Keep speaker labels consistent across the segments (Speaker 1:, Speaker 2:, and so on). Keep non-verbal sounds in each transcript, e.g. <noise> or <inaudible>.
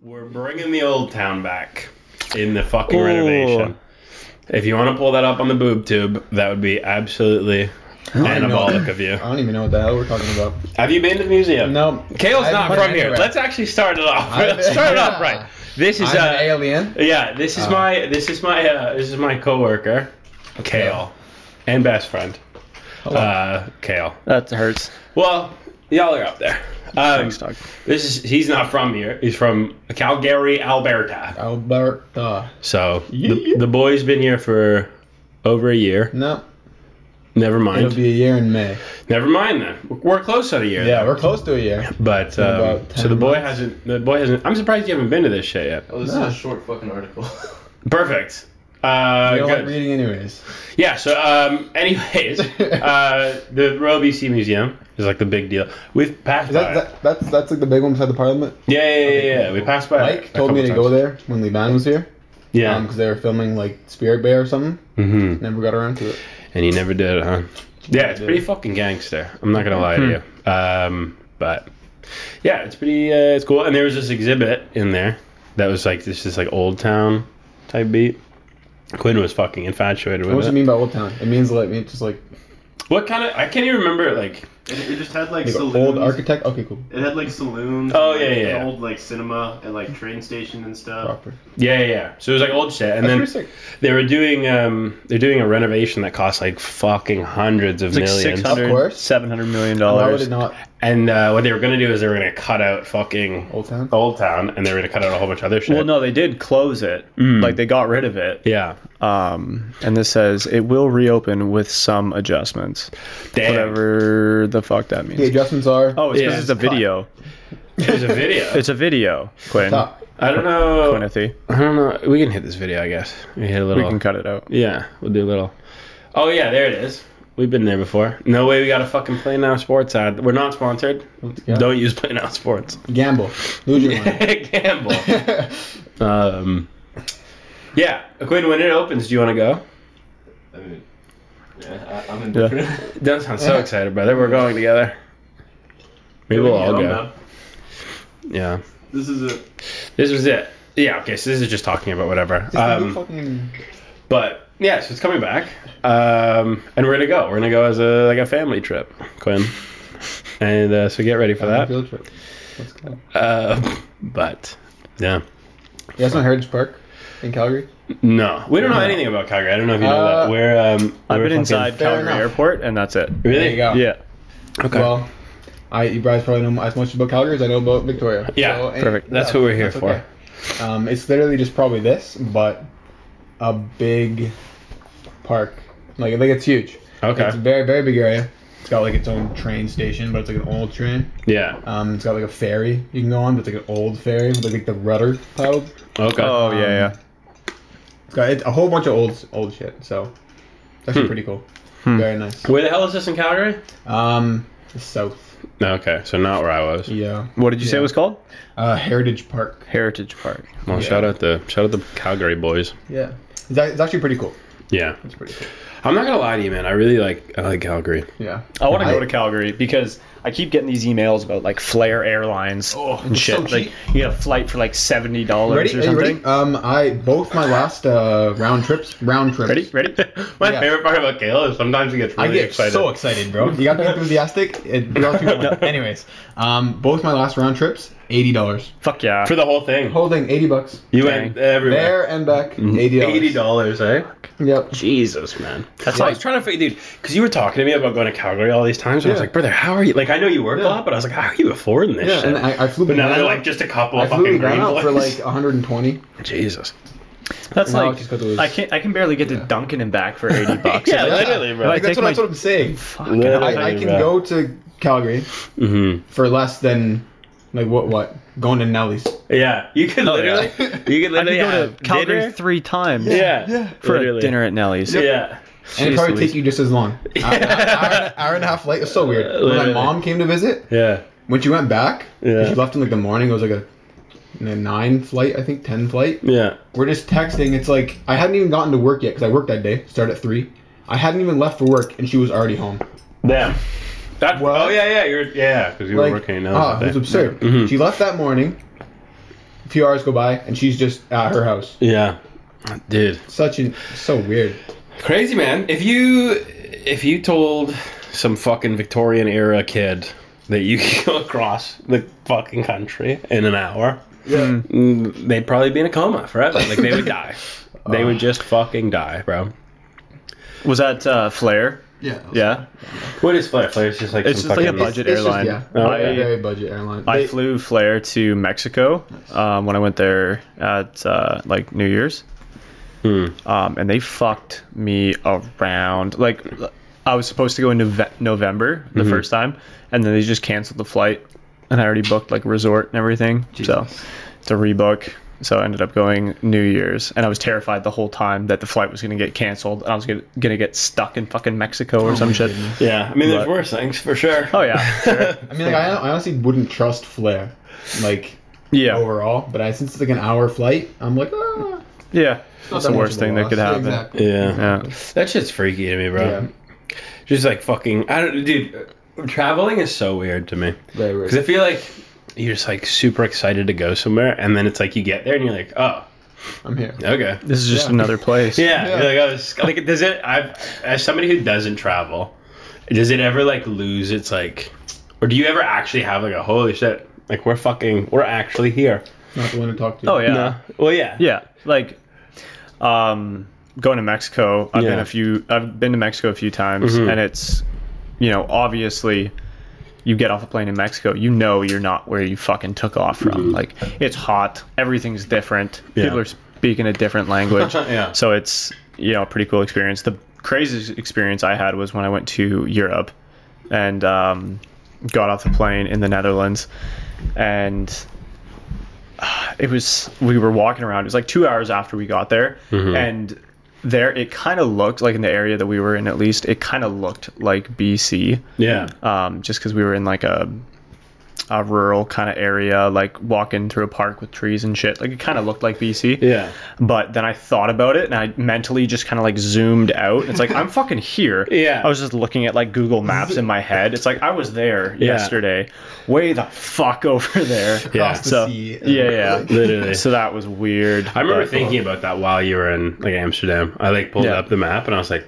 Speaker 1: We're bringing the old town back in the fucking renovation. If you want to pull that up on the boob tube, that would be absolutely
Speaker 2: I don't know.
Speaker 1: anabolic of you.
Speaker 2: I don't even know what the hell we're talking about.
Speaker 1: Have you been to the museum?
Speaker 2: No,
Speaker 1: Kale's
Speaker 2: I've
Speaker 1: not
Speaker 2: been
Speaker 1: from here.
Speaker 2: anywhere.
Speaker 1: Let's actually start it off.
Speaker 2: I've
Speaker 1: Let's
Speaker 2: been-
Speaker 1: start it off
Speaker 2: Yeah.
Speaker 1: right. This is
Speaker 2: I'm an
Speaker 1: uh,
Speaker 2: alien.
Speaker 1: yeah. This is
Speaker 2: Uh.
Speaker 1: my this is my uh, this is my coworker, Kale, and best friend,
Speaker 2: Oh.
Speaker 1: uh, Kale.
Speaker 3: That hurts.
Speaker 1: Well, y'all are up there. Um,
Speaker 3: Thanks, Doug.
Speaker 1: this is he's not from here. He's from Calgary, Alberta.
Speaker 2: Alberta.
Speaker 1: So the,
Speaker 2: Yeah.
Speaker 1: the boy's been here for over a year.
Speaker 2: No,
Speaker 1: Never
Speaker 2: it'll
Speaker 1: mind.
Speaker 2: be a year in May.
Speaker 1: Never mind then. We're- We're close on a year.
Speaker 2: Yeah, we're close to a year.
Speaker 1: But um,
Speaker 2: about
Speaker 1: so
Speaker 2: 10
Speaker 1: the boy
Speaker 2: months.
Speaker 1: hasn't. The boy hasn't. I'm surprised you haven't been to this shit yet.
Speaker 4: Oh, this
Speaker 2: Nah.
Speaker 4: is a short fucking article.
Speaker 1: Perfect. Uh,
Speaker 2: I don't
Speaker 1: good.
Speaker 2: like reading anyways.
Speaker 1: yeah. So, um, <laughs> anyways, uh, the Royal BC Museum is like the big deal. We've passed
Speaker 2: Is
Speaker 1: by.
Speaker 2: that,
Speaker 1: it.
Speaker 2: that that's that's like the big one beside the Parliament?
Speaker 1: yeah, yeah, yeah, yeah, yeah. We passed by. it a
Speaker 2: Mike told
Speaker 1: couple
Speaker 2: me to go
Speaker 1: times.
Speaker 2: Um, there when Levan was here.
Speaker 1: Yeah.
Speaker 2: because they were filming like Spirit Bear or something.
Speaker 1: hmm
Speaker 2: Never got around to it.
Speaker 1: And you never did, it, huh? Yeah, it's
Speaker 2: did.
Speaker 1: pretty fucking gangster. I'm not gonna lie
Speaker 3: Hmm.
Speaker 1: to you. Um, but yeah, it's pretty. Uh, it's cool. And there was this exhibit in there that was like this, this like old town type beat. Quinn was fucking infatuated
Speaker 2: What
Speaker 1: with
Speaker 2: does
Speaker 1: it.
Speaker 2: it mean by old town? It means like it's just like
Speaker 1: What kind of? I can't even remember. Like,
Speaker 4: it, it just had like
Speaker 2: like
Speaker 4: saloons.
Speaker 2: old architect. Okay, cool.
Speaker 4: it had like saloons.
Speaker 1: Oh,
Speaker 4: and,
Speaker 1: yeah,
Speaker 4: like,
Speaker 1: yeah,
Speaker 4: an
Speaker 1: yeah.
Speaker 4: Old like cinema and like train station and stuff.
Speaker 2: Proper.
Speaker 1: yeah, yeah, yeah. So it was like old shit, and
Speaker 2: That's
Speaker 1: then
Speaker 2: pretty sick.
Speaker 1: they were doing um, they're doing a renovation that costs like fucking hundreds of
Speaker 3: It's like
Speaker 1: millions.
Speaker 3: six
Speaker 2: Of
Speaker 3: hundred,
Speaker 2: course.
Speaker 3: seven hundred million
Speaker 2: Why would
Speaker 3: dollars.
Speaker 2: it not
Speaker 1: And uh, what they were gonna do is they were gonna cut out fucking
Speaker 2: old town?
Speaker 1: old town, and they were gonna cut out a whole bunch of other shit.
Speaker 3: Well, no, they did close it.
Speaker 1: Mm.
Speaker 3: Like they got rid of it.
Speaker 1: Yeah.
Speaker 3: Um, and this says it will reopen with some adjustments.
Speaker 1: Damn.
Speaker 3: Whatever the fuck that means.
Speaker 2: The adjustments are
Speaker 3: Oh, it's because
Speaker 1: Yeah.
Speaker 3: it's a video.
Speaker 1: There's a <laughs> video.
Speaker 3: It's a video, Quinn.
Speaker 2: top.
Speaker 1: I don't know.
Speaker 3: Quinethy.
Speaker 1: I don't know. We can hit this video, I guess. We hit a
Speaker 3: We
Speaker 1: little.
Speaker 3: can cut it out.
Speaker 1: Yeah, we'll do a little. Oh yeah, there it is. We've been there before. No way. We got a fucking Play Now Sports ad. We're not sponsored.
Speaker 2: Yeah.
Speaker 1: Don't use Play Now Sports.
Speaker 2: Gamble. Lose your money.
Speaker 1: <laughs> Gamble. um. Yeah, Quinn. When it opens, do you want to go?
Speaker 4: I mean, yeah, I, I'm indifferent. <laughs>
Speaker 1: Don't sound so excited, brother. We're going together. Maybe we'll all
Speaker 4: I don't
Speaker 1: go.
Speaker 4: know.
Speaker 1: Yeah.
Speaker 4: This is a
Speaker 1: This was it. Yeah. Okay. So this is just talking about whatever.
Speaker 2: Just do
Speaker 1: Um,
Speaker 2: fucking-
Speaker 1: But yeah, so it's coming back, um, and we're gonna go. We're gonna go as a like a family trip, Quinn. And uh, so get ready for that.
Speaker 2: Field trip. Let's go.
Speaker 1: Uh, but yeah,
Speaker 2: You guys know Heritage Park in Calgary?
Speaker 1: no, we don't know anything about Calgary. I don't know if you know
Speaker 2: Uh,
Speaker 1: that. We're um,
Speaker 3: I've
Speaker 1: we're
Speaker 3: been
Speaker 1: fucking-
Speaker 3: inside
Speaker 2: Fair
Speaker 3: Calgary
Speaker 2: enough.
Speaker 3: Airport, and that's it.
Speaker 1: Really?
Speaker 2: There you go.
Speaker 3: Yeah.
Speaker 1: Okay.
Speaker 2: Well, I you guys probably know as much about Calgary as I know about Victoria.
Speaker 1: Yeah,
Speaker 2: and-
Speaker 3: perfect.
Speaker 1: That's what we're here
Speaker 2: that's
Speaker 1: for.
Speaker 2: okay. Um, it's literally just probably this, but a big park. Like like it's huge.
Speaker 1: okay.
Speaker 2: It's a very very big area. It's got like its own train station, but it's like an old train.
Speaker 1: yeah.
Speaker 2: Um, it's got like a ferry you can go on, but it's like an old ferry with like the rudder paddle.
Speaker 1: Okay.
Speaker 3: Oh yeah, yeah.
Speaker 2: It's got it's a whole bunch of old old shit. So it's actually
Speaker 1: Hmm.
Speaker 2: pretty cool.
Speaker 3: Hmm.
Speaker 2: Very nice.
Speaker 1: Where the hell is this in Calgary?
Speaker 2: Um, the south.
Speaker 1: Okay, so not where I was.
Speaker 2: Yeah.
Speaker 3: What did you say
Speaker 2: Yeah.
Speaker 3: it was called?
Speaker 2: Uh, Heritage Park.
Speaker 3: Heritage Park.
Speaker 1: Well,
Speaker 2: Yeah.
Speaker 1: shout out the shout out the Calgary boys.
Speaker 2: Yeah. It's, ac- it's actually pretty cool.
Speaker 1: Yeah,
Speaker 2: It's pretty cool.
Speaker 1: I'm not gonna lie to you, man. I really like I like Calgary.
Speaker 2: Yeah.
Speaker 3: I want to
Speaker 2: I-
Speaker 3: go to Calgary because I keep getting these emails about like Flair Airlines
Speaker 2: Oh,
Speaker 3: and
Speaker 2: it's
Speaker 3: shit.
Speaker 2: so
Speaker 3: like
Speaker 2: cheap.
Speaker 3: you get a flight for like seventy dollars
Speaker 2: Ready?
Speaker 3: or
Speaker 2: Are you
Speaker 3: something.
Speaker 2: ready? Um, I both my last uh round trips, round trips.
Speaker 3: Ready? Ready?
Speaker 1: <gasps>
Speaker 3: <laughs>
Speaker 1: My
Speaker 2: Yeah.
Speaker 1: favorite part about Gale is sometimes he gets
Speaker 2: I
Speaker 1: really
Speaker 2: get
Speaker 1: excited.
Speaker 2: so excited, bro. You got to be enthusiastic. It, you got to be- anyways, um, both my last round trips, eighty dollars.
Speaker 3: Fuck yeah.
Speaker 1: for the whole thing.
Speaker 2: Holding eighty bucks
Speaker 1: You
Speaker 3: Dang.
Speaker 1: went everywhere.
Speaker 2: there and back, eighty dollars.
Speaker 1: Eighty dollars, eh?
Speaker 2: Yep.
Speaker 1: Jesus, man. That's
Speaker 3: Yeah.
Speaker 1: why I was trying to figure, dude, because you were talking to me about going to Calgary all these times, and I was
Speaker 2: Yeah.
Speaker 1: like, brother, how are you? Like, I know you work
Speaker 2: Yeah.
Speaker 1: a lot, but I was like, how are you affording this
Speaker 2: Yeah,
Speaker 1: shit?
Speaker 2: and I, I flew.
Speaker 1: but now
Speaker 2: Banana-
Speaker 1: they're like just a couple
Speaker 2: I
Speaker 1: of
Speaker 2: flew
Speaker 1: fucking
Speaker 2: to
Speaker 1: green
Speaker 2: Granada
Speaker 1: boys.
Speaker 2: for
Speaker 1: <laughs>
Speaker 2: like one hundred and twenty.
Speaker 1: Jesus.
Speaker 3: That's
Speaker 2: Now I
Speaker 3: like
Speaker 2: just got those-
Speaker 3: I can I can barely get to Duncan and back
Speaker 2: <laughs>
Speaker 3: for eighty bucks.
Speaker 1: Yeah, literally, bro.
Speaker 3: I take
Speaker 2: That's what,
Speaker 3: my-
Speaker 2: that's what I'm saying.
Speaker 3: Fuck.
Speaker 1: Literally.
Speaker 2: I, I can
Speaker 1: bro.
Speaker 2: go to Calgary
Speaker 1: Mm-hmm.
Speaker 2: for less than like what what going to Nelly's.
Speaker 1: Yeah, you could
Speaker 3: Oh,
Speaker 1: literally,
Speaker 2: <laughs>
Speaker 3: yeah.
Speaker 1: you could
Speaker 3: I
Speaker 1: literally
Speaker 3: can go to
Speaker 1: have
Speaker 3: Calgary
Speaker 1: dinner.
Speaker 3: three times
Speaker 1: yeah,
Speaker 2: Yeah.
Speaker 3: for
Speaker 1: literally.
Speaker 3: a dinner at Nelly's.
Speaker 1: Yeah.
Speaker 2: And
Speaker 3: Jeez
Speaker 2: it probably
Speaker 3: Louise.
Speaker 2: take you just
Speaker 1: <laughs>
Speaker 2: as long. Hour, hour, and- hour and a half late. It's so weird. When my
Speaker 1: Literally.
Speaker 2: mom came to visit,
Speaker 1: Yeah.
Speaker 2: when she went back,
Speaker 1: Yeah.
Speaker 2: she left in like the morning. It was like a, a nine flight, I think, ten flight.
Speaker 1: Yeah.
Speaker 2: We're just texting. It's like I hadn't even gotten to work yet because I worked that day. Started at three. I hadn't even left for work, and she was already home.
Speaker 1: Damn. That,
Speaker 2: What?
Speaker 1: oh yeah, yeah, you're yeah, because you were
Speaker 2: Like,
Speaker 1: working now.
Speaker 3: Mm-hmm.
Speaker 2: ah, it was absurd.
Speaker 1: Mhm.
Speaker 2: She left that morning. a few hours go by, and she's just at her house.
Speaker 1: Yeah, dude,
Speaker 2: Such an so weird.
Speaker 1: crazy man. If you if you told some fucking Victorian era kid that you <laughs> could go across the fucking country in an hour,
Speaker 2: Yeah.
Speaker 3: Mm-hmm.
Speaker 1: mm, they'd probably be in a coma forever. Like
Speaker 3: <laughs>
Speaker 1: they would die. They would just fucking die, bro.
Speaker 3: Was that uh, Flair?
Speaker 2: Yeah.
Speaker 3: Yeah.
Speaker 1: What is Flair? Flair is just like
Speaker 3: It's
Speaker 1: some
Speaker 3: just like a
Speaker 1: fucking-
Speaker 3: budget
Speaker 2: It's just-
Speaker 3: airline.
Speaker 2: yeah.
Speaker 1: Oh,
Speaker 3: I,
Speaker 1: okay.
Speaker 2: Very budget airline.
Speaker 3: I
Speaker 2: They-
Speaker 3: flew Flair to Mexico um, when I went there at uh, like New Year's,
Speaker 1: Hmm.
Speaker 3: um, and they fucked me around. Like I was supposed to go in Nove- November the
Speaker 1: Mm-hmm.
Speaker 3: first time, and then they just canceled the flight, and I already booked like resort and everything, so to rebook. So I ended up going New Year's, and I was terrified the whole time that the flight was going to get canceled, and I was gonna, gonna get stuck in fucking Mexico
Speaker 2: Oh
Speaker 3: or some shit.
Speaker 1: Yeah, I mean, there's
Speaker 3: But-
Speaker 1: worse things for sure. <laughs>
Speaker 3: Oh yeah, sure.
Speaker 2: I mean, like, I, I honestly wouldn't trust Flair, like
Speaker 3: yeah,
Speaker 2: overall. But I, since it's like an hour flight, I'm like, ah.
Speaker 3: yeah. It's the
Speaker 2: that
Speaker 3: worst
Speaker 2: much of
Speaker 3: thing
Speaker 2: a
Speaker 3: that could
Speaker 2: loss.
Speaker 3: happen.
Speaker 2: Exactly.
Speaker 1: Yeah.
Speaker 3: Yeah.
Speaker 1: That shit's freaky to me, bro.
Speaker 2: Yeah.
Speaker 1: Just like fucking, I don't, dude. Traveling is so weird to me
Speaker 2: Very weird.
Speaker 1: because I feel like you're just like super excited to go somewhere, and then it's like you get there and you're like, oh,
Speaker 2: I'm here.
Speaker 1: okay.
Speaker 3: This is just
Speaker 2: Yeah.
Speaker 3: another
Speaker 1: <laughs>
Speaker 3: place.
Speaker 1: Yeah,
Speaker 2: Yeah.
Speaker 1: You're like, oh, this, like does it? I've as somebody who doesn't travel, does it ever like lose its like, or do you ever actually have like a holy shit? Like we're fucking, we're actually here.
Speaker 2: Not the one to talk to.
Speaker 3: Oh yeah.
Speaker 1: Well, yeah.
Speaker 3: <laughs> Yeah. Like um going to Mexico, I've been
Speaker 1: Yeah.
Speaker 3: a few I've been to Mexico a few times
Speaker 1: Mhm.
Speaker 3: and it's you know, obviously you get off a plane in Mexico, you know you're not where you fucking took off from. Like it's hot, everything's different.
Speaker 1: Mm-hmm. Yeah.
Speaker 3: People are speaking a different language.
Speaker 1: Yeah.
Speaker 3: So it's you know, a pretty cool experience. The craziest experience I had was when I went to Europe and um, got off the plane in the Netherlands and uh, it was we were walking around. It was like two hours after we got there,
Speaker 1: Mm-hmm.
Speaker 3: and there it kind of looked like in the area that we were in at least it kind of looked like BC,
Speaker 1: Yeah.
Speaker 3: um, just because we were in like a a rural kind of area, like walking through a park with trees and shit. Like it kind of looked like BC.
Speaker 1: Yeah.
Speaker 3: But then I thought about it and I mentally just kind of like zoomed out. It's like
Speaker 1: <laughs>
Speaker 3: I'm fucking here.
Speaker 1: Yeah.
Speaker 3: I was just looking at like Google Maps in my head. It's like I was there
Speaker 1: Yeah.
Speaker 3: yesterday, way the fuck over
Speaker 1: <laughs>
Speaker 3: there.
Speaker 1: Yeah.
Speaker 2: Across the
Speaker 3: So
Speaker 2: sea.
Speaker 3: yeah, yeah,
Speaker 1: <laughs> Literally.
Speaker 3: So that was weird.
Speaker 1: I remember
Speaker 3: but-
Speaker 1: thinking about that while you were in like Amsterdam. I like pulled
Speaker 3: Yeah.
Speaker 1: up the map and I was like,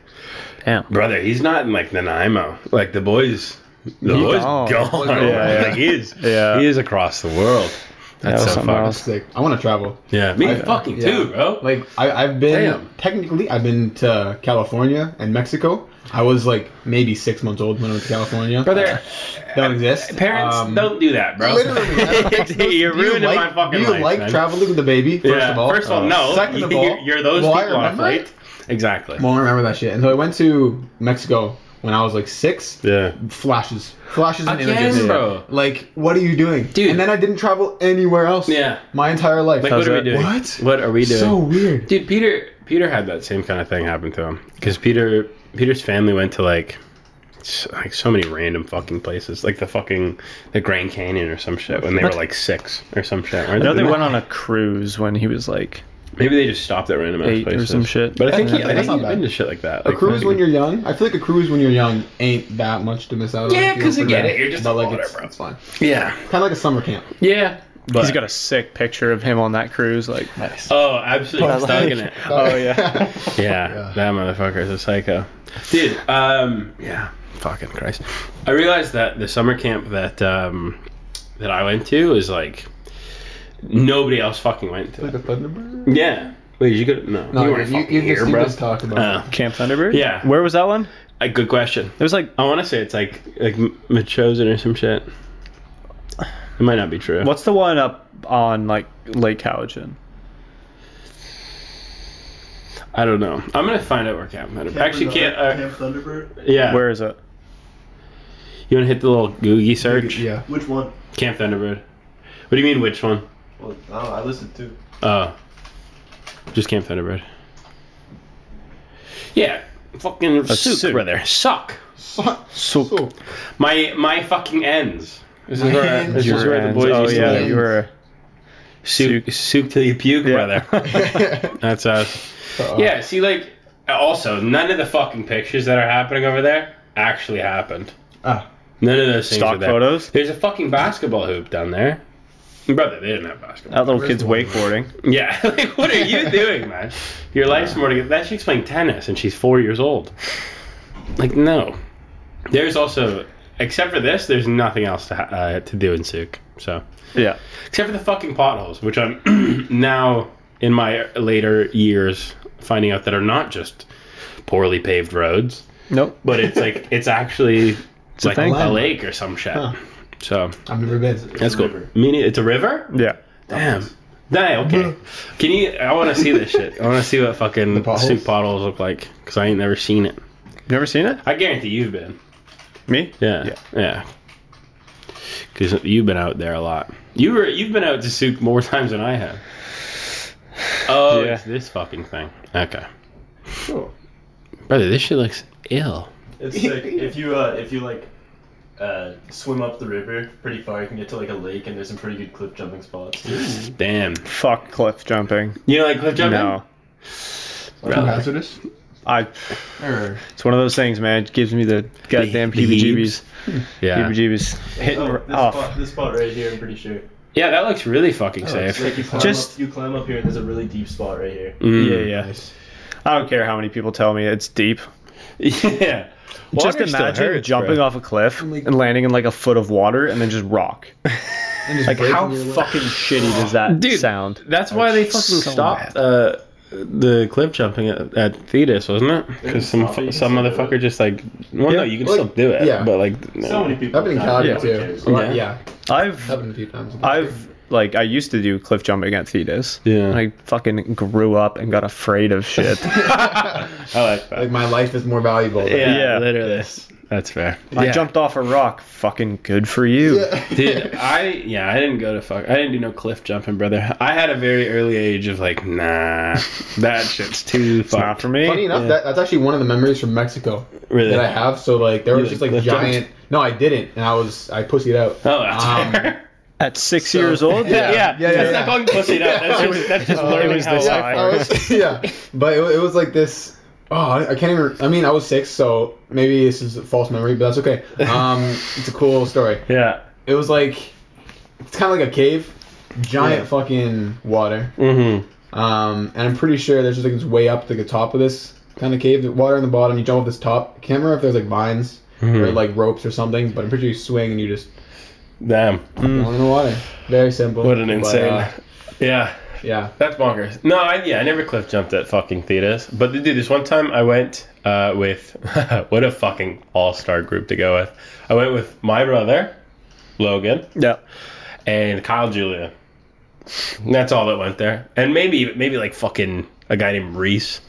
Speaker 3: Damn.
Speaker 1: brother, he's not in like Nanaimo. Like the boys, the
Speaker 3: He
Speaker 1: boys
Speaker 3: gone.
Speaker 1: gone.
Speaker 3: Yeah, yeah.
Speaker 1: <laughs> Like he is,
Speaker 3: Yeah.
Speaker 1: he is across the world. That's
Speaker 3: was
Speaker 1: so
Speaker 3: something
Speaker 1: fucked.
Speaker 3: else.
Speaker 2: Sick. I want to travel.
Speaker 1: Yeah, me
Speaker 2: I- uh,
Speaker 1: fucking
Speaker 2: yeah.
Speaker 1: too, bro.
Speaker 2: Like I, I've been
Speaker 1: Damn.
Speaker 2: technically I've been to California and Mexico. I was like maybe six months old when I went to California.
Speaker 1: brother,
Speaker 2: don't exist.
Speaker 1: uh, parents
Speaker 2: Um,
Speaker 1: don't do that, bro. <laughs>
Speaker 2: <laughs> Literally, that makes no-
Speaker 1: You're
Speaker 2: do you
Speaker 1: ruining
Speaker 2: like,
Speaker 1: my fucking
Speaker 2: Do you
Speaker 1: life,
Speaker 2: like
Speaker 1: man.
Speaker 2: traveling with a baby? First
Speaker 1: yeah. Uh,
Speaker 2: of all, Uh,
Speaker 1: first of all, no.
Speaker 2: <laughs> Second of
Speaker 1: <laughs>
Speaker 2: all,
Speaker 1: You're- you're those
Speaker 2: well, I
Speaker 1: people on a
Speaker 2: remember
Speaker 1: flight.
Speaker 2: it.
Speaker 1: Exactly.
Speaker 2: Well, I remember that shit. And so I went to Mexico when I was like six.
Speaker 1: Yeah.
Speaker 2: Flashes, flashes, and
Speaker 1: Again,
Speaker 2: images,
Speaker 1: bro.
Speaker 2: Like, what are you doing,
Speaker 1: Dude.
Speaker 2: And then I didn't travel anywhere else.
Speaker 1: Yeah.
Speaker 2: my entire life.
Speaker 1: Like, what are we
Speaker 3: that?
Speaker 1: doing?
Speaker 2: What?
Speaker 1: What are we doing?
Speaker 2: So weird.
Speaker 1: Dude, Peter Peter had that same kind of thing happen to him because Peter Peter's family went to like s- like so many random fucking places, like the fucking the Grand Canyon or some shit when they were like six or some shit.
Speaker 3: I
Speaker 1: Right?
Speaker 3: know they went <laughs> on a cruise when he was like
Speaker 1: Maybe they just stopped at random ass
Speaker 3: Eight or
Speaker 1: places
Speaker 3: some shit.
Speaker 1: But I think he,
Speaker 2: Yeah,
Speaker 1: I think
Speaker 2: that's not
Speaker 1: he's
Speaker 2: bad.
Speaker 1: been to shit like that.
Speaker 2: A cruise when you're young, I feel like a cruise when you're young ain't that much to miss out on.
Speaker 1: Yeah,
Speaker 2: you know,
Speaker 1: 'cause I
Speaker 2: for
Speaker 1: get
Speaker 2: me.
Speaker 1: it. You're just a
Speaker 2: but like
Speaker 1: baller,
Speaker 2: it's,
Speaker 1: bro.
Speaker 2: it's fine.
Speaker 1: yeah
Speaker 2: Kind of like a
Speaker 1: <laughs>
Speaker 2: summer camp.
Speaker 1: yeah. But,
Speaker 3: he's got a sick picture of him on that cruise like
Speaker 2: Nice.
Speaker 1: oh absolutely
Speaker 3: But,
Speaker 1: stuck
Speaker 3: like-
Speaker 1: in
Speaker 2: <laughs>
Speaker 1: it.
Speaker 3: Oh, yeah.
Speaker 1: <laughs> Yeah,
Speaker 2: Yeah.
Speaker 1: that motherfucker is a psycho, dude. Um, yeah, fucking Christ. I realized that the summer camp that um, that I went to is like nobody else fucking went to.
Speaker 2: like a Thunderbird.
Speaker 1: Yeah. Wait, you could no.
Speaker 2: No,
Speaker 1: you
Speaker 2: you,
Speaker 1: weren't
Speaker 2: you,
Speaker 1: fucking
Speaker 2: you
Speaker 1: here,
Speaker 2: just, you
Speaker 1: bro.
Speaker 2: just talk about.
Speaker 1: Uh,
Speaker 2: it.
Speaker 3: Camp Thunderbird.
Speaker 1: Yeah.
Speaker 3: Where was that one?
Speaker 1: a good question.
Speaker 3: It was like
Speaker 1: I want to say it's like like Machosen or some shit. It might not be true.
Speaker 3: what's the one up on like Lake Cowichan?
Speaker 1: I don't know. I'm gonna find out where Camp Thunderbird. Actually, can't. Uh,
Speaker 5: Camp Thunderbird?
Speaker 1: yeah.
Speaker 3: Where is it?
Speaker 1: You wanna hit the little Googie search?
Speaker 2: Yeah. <laughs>
Speaker 5: Which one?
Speaker 1: Camp Thunderbird. What do you mean? Which one?
Speaker 4: Well, no, I listened to.
Speaker 1: Uh, just Camp Thunderbird. Yeah, fucking soup,
Speaker 3: soup.
Speaker 1: brother. Suck.
Speaker 2: So,
Speaker 3: So-
Speaker 1: <laughs> My my fucking ends. This is where this
Speaker 2: Your
Speaker 1: is where the
Speaker 3: And-
Speaker 1: boys
Speaker 3: oh
Speaker 1: used
Speaker 3: yeah,
Speaker 1: to
Speaker 2: live.
Speaker 3: you were
Speaker 1: soup, soup till you puke,
Speaker 3: yeah.
Speaker 1: brother.
Speaker 3: <laughs>
Speaker 1: That's us. Yeah. See, like, also none of the fucking pictures that are happening over there actually happened.
Speaker 2: Ah.
Speaker 1: None of those things.
Speaker 3: Stock
Speaker 1: are there.
Speaker 3: photos?
Speaker 1: There's a fucking basketball hoop down there. Brother, they didn't have basketball.
Speaker 3: That little
Speaker 2: Where's
Speaker 3: kid's
Speaker 2: the one?
Speaker 3: wakeboarding.
Speaker 1: Yeah, <laughs> like what are you doing, man? Your life's more to get. That chick's playing tennis, and she's four years old. Like no, there's also except for this, there's nothing else to ha- uh, to do in Souk. So
Speaker 3: Yeah.
Speaker 1: except for the fucking potholes, which I'm <clears throat> now in my later years finding out that are not just poorly paved roads,
Speaker 3: Nope.
Speaker 1: but it's like it's actually it's
Speaker 3: a
Speaker 1: like
Speaker 3: thing.
Speaker 1: a lake or some shit.
Speaker 2: Huh.
Speaker 1: So
Speaker 2: I've never been.
Speaker 1: that's
Speaker 4: a
Speaker 1: cool.
Speaker 4: river.
Speaker 1: Meaning it's a river.
Speaker 3: Yeah.
Speaker 1: Damn. Nah, okay. <laughs> Can you? I want to see this shit. I want to see what fucking
Speaker 2: potholes?
Speaker 1: soup bottles look like because I ain't never seen it.
Speaker 3: You ever seen it?
Speaker 1: I guarantee you've been.
Speaker 3: Me?
Speaker 1: Yeah.
Speaker 3: Yeah.
Speaker 1: Yeah. Because you've been out there a lot. You were. You've been out to soup more <laughs> times than I have. Oh,
Speaker 3: Yeah.
Speaker 1: it's this fucking thing. Okay,
Speaker 2: Cool.
Speaker 1: brother, this shit looks ill.
Speaker 4: <laughs> It's like if you uh, if you like uh, swim up the river pretty far, you can get to like a lake, and there's some pretty good cliff jumping <laughs> spots. Oh, too.
Speaker 1: Damn.
Speaker 3: Fuck cliff jumping.
Speaker 1: You know, like cliff jumping.
Speaker 3: No.
Speaker 2: Too
Speaker 1: Really?
Speaker 2: hazardous.
Speaker 3: I
Speaker 2: Or
Speaker 3: it's one of those things, man. It gives me the goddamn
Speaker 1: The- the
Speaker 3: heebie-jeebies.
Speaker 1: Yeah.
Speaker 3: Heebie-jeebies. Hitting
Speaker 4: Oh,
Speaker 3: r-
Speaker 4: this
Speaker 3: off.
Speaker 4: spot, this spot right here, I'm pretty sure.
Speaker 1: Yeah, that looks really fucking
Speaker 2: it's
Speaker 1: safe.
Speaker 4: Like you climb
Speaker 3: Just-
Speaker 4: up, you climb up here, and there's a really deep spot right here.
Speaker 1: Mm.
Speaker 3: Yeah, yeah.
Speaker 2: nice.
Speaker 3: I don't care how many people tell me it's deep.
Speaker 1: <laughs> yeah. Water
Speaker 3: just
Speaker 1: still
Speaker 3: imagine
Speaker 1: hurts,
Speaker 3: jumping
Speaker 1: bro.
Speaker 3: off a cliff
Speaker 2: Like-
Speaker 3: and landing in like a foot of water and then just rock.
Speaker 2: And just
Speaker 3: Like
Speaker 2: breaking
Speaker 3: how
Speaker 2: your leg.
Speaker 3: fucking shitty does that
Speaker 1: Dude.
Speaker 3: sound?
Speaker 1: That's why they fucking
Speaker 3: so
Speaker 1: stopped uh, the cliff jumping at, at Thetis, wasn't it? Because some
Speaker 4: stop it, you
Speaker 1: fu- some
Speaker 4: can still do
Speaker 1: motherfucker just like, well, no, you can
Speaker 2: Like,
Speaker 1: still do it,
Speaker 2: yeah.
Speaker 1: but like, no.
Speaker 4: So many people.
Speaker 2: I've been in
Speaker 4: die,
Speaker 2: Calgary
Speaker 4: no one
Speaker 2: too.
Speaker 4: cares.
Speaker 2: A
Speaker 1: Yeah.
Speaker 2: lot- yeah.
Speaker 3: I've
Speaker 2: Happened a few times.
Speaker 3: I've like I used to do cliff jumping at Thetis.
Speaker 1: Yeah.
Speaker 3: And I fucking grew up and got afraid of shit.
Speaker 2: <laughs>
Speaker 1: I like that.
Speaker 2: <laughs> like my life is more valuable. than-
Speaker 1: yeah,
Speaker 3: yeah.
Speaker 1: literally. That's fair.
Speaker 3: I
Speaker 1: Yeah.
Speaker 3: jumped off a rock. Fucking good for you.
Speaker 2: <laughs>
Speaker 1: <laughs> Dude, I yeah, I didn't go to fuck. I didn't do no cliff jumping, brother. I had a very early age of like, nah, <laughs> that shit's too
Speaker 3: It's not
Speaker 1: fucked.
Speaker 3: for me.
Speaker 2: Funny enough,
Speaker 1: Yeah.
Speaker 2: that, that's actually one of the memories from Mexico
Speaker 1: Really?
Speaker 2: that I have. So like there
Speaker 1: You, like,
Speaker 2: was just like
Speaker 1: left arms?
Speaker 2: giant. No, I didn't, and I was I pussied out.
Speaker 1: Oh, that's
Speaker 2: Um,
Speaker 1: fair. <laughs>
Speaker 3: At six
Speaker 2: So-
Speaker 3: years old,
Speaker 1: Yeah,
Speaker 2: <laughs> Yeah.
Speaker 1: yeah,
Speaker 2: Yeah, yeah,
Speaker 1: that's
Speaker 2: yeah.
Speaker 1: not going pussy. No, that's just, that's just
Speaker 2: <laughs> Uh, it
Speaker 1: learning
Speaker 3: was
Speaker 1: how
Speaker 3: this
Speaker 1: life
Speaker 3: high.
Speaker 2: I
Speaker 1: works.
Speaker 2: was, <laughs> yeah, but it, wa- it was like this. Oh, I, I can't even. I mean, I was six, so maybe this is a false memory, but that's okay.
Speaker 1: <laughs>
Speaker 2: Um, it's a cool story.
Speaker 1: Yeah.
Speaker 2: It was like it's kind of like a cave, giant
Speaker 1: Yeah.
Speaker 2: fucking water.
Speaker 1: Mm-hmm.
Speaker 2: Um, and I'm pretty sure there's just like this way up to the top of this kind of cave. The water on the bottom. You jump up this top. I can't remember if there's like vines or
Speaker 1: Mhm.
Speaker 2: like ropes or something, but I'm pretty sure you swing and you just
Speaker 1: Damn.
Speaker 2: down in the water. Very simple.
Speaker 1: Mm. What an
Speaker 2: but,
Speaker 1: insane. <laughs>
Speaker 2: uh,
Speaker 1: yeah.
Speaker 2: yeah.
Speaker 1: That's bonkers. No, I, yeah, I never cliff jumped at fucking theaters. But dude, this one time I went uh, with <laughs> what a fucking all star group to go with. I went with my brother, Logan,
Speaker 3: yeah.
Speaker 1: and Kyle Julia. And that's all that went there, and maybe maybe like fucking a guy named Reese.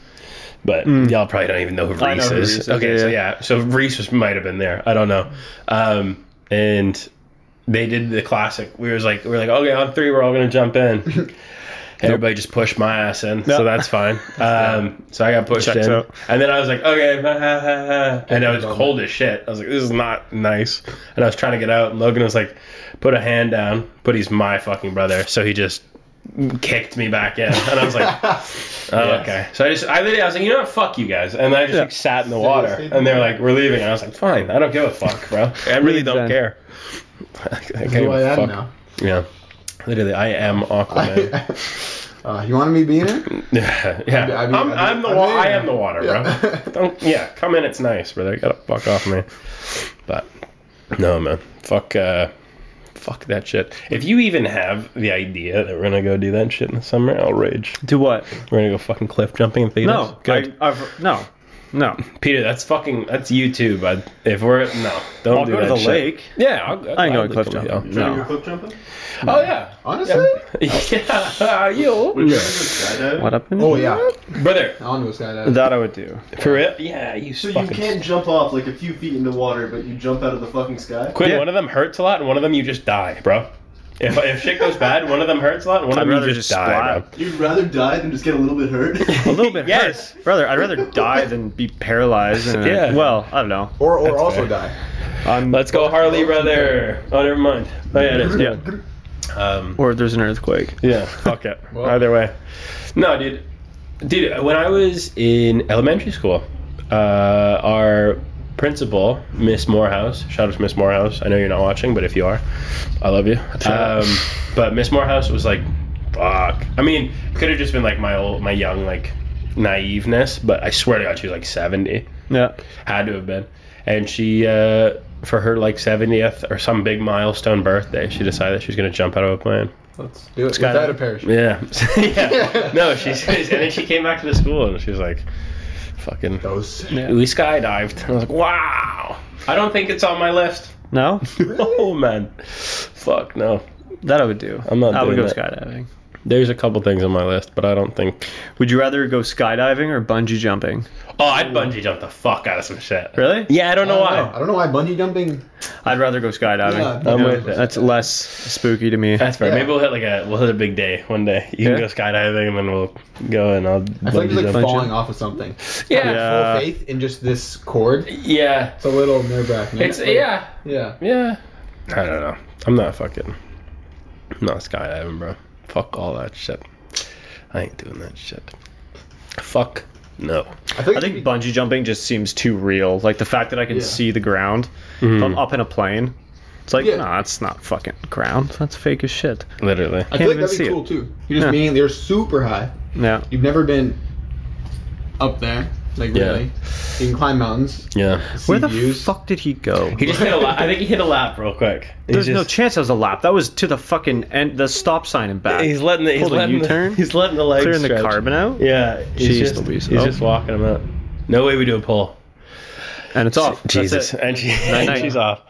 Speaker 1: But y'all probably don't even know who
Speaker 3: Hmm. I know
Speaker 1: Reese,
Speaker 3: who
Speaker 1: is.
Speaker 3: Reese is,
Speaker 1: Okay,
Speaker 3: yeah,
Speaker 1: so
Speaker 3: yeah.
Speaker 1: yeah, so Reese was, might have been there. I don't know. Um, and they did the classic. We was like, we were like, okay, on three, we're all gonna jump
Speaker 3: <laughs>
Speaker 1: in. Everybody just pushed my ass in, so
Speaker 3: Yep.
Speaker 1: that's fine. Um, so I got pushed
Speaker 3: Checks
Speaker 1: in,
Speaker 3: out.
Speaker 1: and then I was like, okay, and I was cold as shit. I was like, this is not nice. And I was trying to get out, and Logan was like, put a hand down, but he's my fucking brother, so he just kicked me back in, and I was like. Oh, okay. So I just, I literally, I was like, you know what, fuck you guys, and I just
Speaker 3: Yeah.
Speaker 1: like sat in the water, and they're like, we're leaving, and I was like, fine, I don't give a fuck, bro. I really don't
Speaker 3: Leave then.
Speaker 1: care. <laughs> I can't
Speaker 2: Who
Speaker 1: give
Speaker 2: I
Speaker 1: a
Speaker 2: am
Speaker 1: fuck.
Speaker 2: now.
Speaker 1: Yeah. Literally, I am Aquaman.
Speaker 2: <laughs> uh, you wanted me to be in it?
Speaker 1: <laughs> yeah, yeah. I
Speaker 2: I mean,
Speaker 1: am
Speaker 2: I
Speaker 1: I'm
Speaker 2: mean-
Speaker 1: the
Speaker 2: I
Speaker 1: wa-
Speaker 2: mean-
Speaker 1: I am the water,
Speaker 2: Yeah. <laughs>
Speaker 1: bro. Don't yeah, come in. It's nice, brother. Get the fuck off me. But no, man. Fuck. Uh, fuck that shit. If you even have the idea that we're gonna go do that shit in the summer, I'll rage.
Speaker 3: Do what?
Speaker 1: We're gonna go fucking cliff jumping and theaters.
Speaker 3: No.
Speaker 1: good.
Speaker 3: I, I've, no. No.
Speaker 1: Peter, that's fucking that's you too, bud. If we're no, don't
Speaker 3: I'll
Speaker 1: do
Speaker 3: go
Speaker 1: that
Speaker 3: to the
Speaker 1: shit.
Speaker 3: lake.
Speaker 1: Yeah, I'll, I'll
Speaker 3: I ain't going
Speaker 1: gladly
Speaker 3: cliff
Speaker 1: come with y'all.
Speaker 3: jumping.
Speaker 4: Trying to
Speaker 3: No.
Speaker 4: go cliff jumping?
Speaker 1: Oh yeah. <laughs>
Speaker 2: Honestly?
Speaker 1: yeah, you.
Speaker 4: Would you ever go skydiving?
Speaker 3: What happened?
Speaker 2: Oh yeah.
Speaker 1: Brother,
Speaker 2: I want to go skydiving.
Speaker 3: That I would do.
Speaker 1: for real? Yeah, you
Speaker 4: So you
Speaker 1: fucking
Speaker 4: can't jump off like a few feet into water, but you jump out of the fucking sky?
Speaker 1: Quinn,
Speaker 3: Yeah.
Speaker 1: one of them hurts a lot, and one of them you just die, bro. If, if shit goes bad, one of them hurts a lot, and one
Speaker 3: I'd
Speaker 1: of them
Speaker 3: rather
Speaker 1: you just,
Speaker 3: just
Speaker 1: die,
Speaker 3: splat.
Speaker 4: You'd rather die than just get a little bit hurt?
Speaker 1: <laughs>
Speaker 3: A
Speaker 4: <laughs>
Speaker 3: little bit.
Speaker 1: Yes.
Speaker 3: hurt. brother. I'd
Speaker 2: <laughs>
Speaker 3: rather die than be paralyzed. And,
Speaker 1: Yeah.
Speaker 3: Well, I don't know.
Speaker 2: or or
Speaker 1: That's
Speaker 2: also
Speaker 1: fair.
Speaker 2: die.
Speaker 1: bro. Let's go, Harley, brother. Oh, never mind. Oh yeah, it is.
Speaker 3: Yeah.
Speaker 1: Um,
Speaker 3: Or if there's an earthquake.
Speaker 1: yeah. Fuck it.
Speaker 2: Well-
Speaker 1: Either way. No, dude. Dude, when I was in elementary school, uh, our principal, Miss Morehouse. Shout out to Miss Morehouse. I know you're not watching, but if you are, I love you.
Speaker 3: out.
Speaker 1: Um, but Miss Morehouse was like, "Fuck." I mean, it could have just been like my old, my young, like naiveness, but I swear to God, she was like 70.
Speaker 3: Yeah.
Speaker 1: Had to have been. And she, uh, for her like 70th or some big milestone birthday, she decided she was gonna jump out of a plane.
Speaker 2: Let's do it.
Speaker 1: gotta-
Speaker 2: Without a parachute.
Speaker 1: Yeah.
Speaker 2: <laughs>
Speaker 1: yeah. No, she and then she came back to the school and she was like, fucking.
Speaker 2: Those.
Speaker 1: We skydived. I was like, wow. I don't think it's on my list.
Speaker 3: No,
Speaker 1: <laughs> Oh man, fuck no.
Speaker 3: that I would do.
Speaker 1: I'm not
Speaker 3: I would
Speaker 1: doing that.
Speaker 3: go skydiving.
Speaker 1: There's a couple things on my list, but I don't think.
Speaker 3: Would you rather go skydiving or bungee jumping?
Speaker 1: Oh, I'd bungee jump the fuck out of some shit.
Speaker 3: Really?
Speaker 1: Yeah, I don't know
Speaker 2: I don't know.
Speaker 1: why.
Speaker 2: I don't know why bungee jumping.
Speaker 3: I'd rather go skydiving.
Speaker 2: Yeah,
Speaker 1: I'm
Speaker 2: you
Speaker 1: with it.
Speaker 3: That's less spooky to me.
Speaker 1: That's fair.
Speaker 2: Yeah.
Speaker 1: Maybe we'll hit like a we'll hit a big day one day. You
Speaker 3: Yeah.
Speaker 1: can go skydiving and then we'll go and I'll
Speaker 2: I feel like
Speaker 1: bungee
Speaker 2: you're like
Speaker 1: jump.
Speaker 2: falling off of something.
Speaker 1: Yeah,
Speaker 3: <laughs> Yeah.
Speaker 2: Full faith in just this cord.
Speaker 1: yeah.
Speaker 2: It's a little nerve wracking.
Speaker 1: It's yeah,
Speaker 2: Yeah.
Speaker 1: yeah. I don't know. I'm not fucking. I'm not skydiving, bro. Fuck all that shit. I ain't doing that shit. Fuck no.
Speaker 2: I think.
Speaker 3: I think bungee jumping just seems too real. Like the fact that I can
Speaker 2: Yeah.
Speaker 3: see the ground.
Speaker 1: Hmm.
Speaker 3: If
Speaker 1: Mm-hmm.
Speaker 3: I'm up in a plane, it's like,
Speaker 2: Yeah.
Speaker 3: nah, it's not fucking ground. That's fake as shit.
Speaker 1: Literally.
Speaker 2: I feel like
Speaker 3: can't even
Speaker 2: that'd
Speaker 3: see
Speaker 2: be
Speaker 3: it.
Speaker 2: cool too. You just
Speaker 3: Yeah.
Speaker 2: mean they're super high.
Speaker 3: Yeah.
Speaker 2: You've never been up there, like
Speaker 1: Yeah.
Speaker 2: really. You can climb mountains,
Speaker 1: Yeah.
Speaker 2: see
Speaker 3: Where the
Speaker 2: views.
Speaker 3: fuck did he go?
Speaker 1: He just hit a lap. I think he hit a lap real quick. He's
Speaker 3: There's no
Speaker 1: just-
Speaker 3: chance that was a lap. That was to the fucking end, the stop sign and back.
Speaker 1: He's letting the he's
Speaker 3: Pulled a
Speaker 1: letting
Speaker 3: U-turn?
Speaker 1: The, he's letting the legs
Speaker 3: clearing the
Speaker 1: stretch.
Speaker 3: carbon out,
Speaker 1: Yeah. He's
Speaker 3: Jeez
Speaker 1: just
Speaker 3: Louise.
Speaker 1: he's
Speaker 3: Oh.
Speaker 1: just walking him out. No way we do a pull.
Speaker 3: and it's off. That's
Speaker 1: Jesus.
Speaker 3: it.
Speaker 1: And, she, and
Speaker 3: night.
Speaker 1: she's off.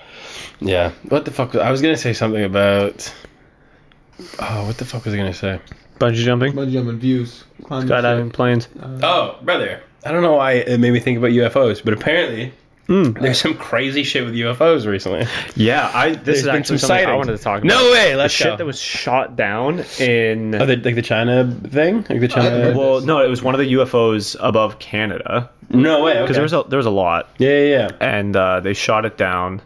Speaker 1: Yeah. What the fuck? Was, I was gonna say something about. Oh, what the fuck was I gonna say?
Speaker 3: Bungee jumping,
Speaker 2: Bungee jumping, views, climbing.
Speaker 3: skydiving, planes.
Speaker 1: Oh, brother. I don't know why it made me think about UFOs, but apparently
Speaker 3: Mm.
Speaker 1: there's some crazy shit with UFOs recently.
Speaker 3: Yeah, I. This
Speaker 1: There's
Speaker 3: is
Speaker 1: been
Speaker 3: actually
Speaker 1: some
Speaker 3: something I
Speaker 1: sightings.
Speaker 3: wanted to talk about.
Speaker 1: No way.
Speaker 3: The
Speaker 1: Let's
Speaker 3: shit
Speaker 1: go.
Speaker 3: that was shit down in.
Speaker 1: Oh, the, like the China thing, like the China.
Speaker 2: heard
Speaker 3: well, no, it was one of the UFOs above Canada
Speaker 1: no way.
Speaker 3: because
Speaker 1: Okay.
Speaker 3: there was a there was a lot,
Speaker 1: yeah, yeah, yeah.
Speaker 3: and uh, they shot it down.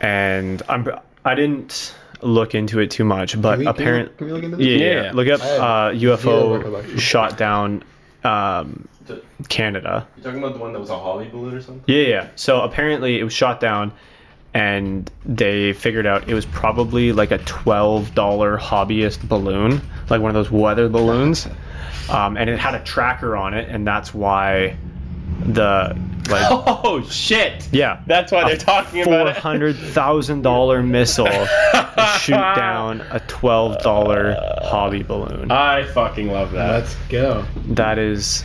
Speaker 3: And I'm I didn't look into it too much, but
Speaker 2: Can we-
Speaker 3: apparently,
Speaker 2: Can we, can we look into this?
Speaker 3: yeah, yeah,
Speaker 1: Yeah.
Speaker 3: yeah, look up
Speaker 2: I have
Speaker 3: uh,
Speaker 2: zero
Speaker 3: UFO
Speaker 2: recollection.
Speaker 3: shot down um,
Speaker 4: Th-
Speaker 3: Canada.
Speaker 4: You're talking about the one that was a Holly balloon or something?
Speaker 3: Yeah, yeah. So apparently it was shot down, and they figured out it was probably like a twelve dollar hobbyist balloon, like one of those weather balloons, um, and it had a tracker on it, and that's why the like
Speaker 1: <laughs> Oh shit.
Speaker 3: yeah
Speaker 1: That's why they're talking about
Speaker 3: four
Speaker 1: it.
Speaker 3: hundred thousand dollar missile to
Speaker 1: <laughs>
Speaker 3: shoot down a twelve dollar hobby balloon.
Speaker 1: I fucking love that.
Speaker 2: Let's go.
Speaker 3: That is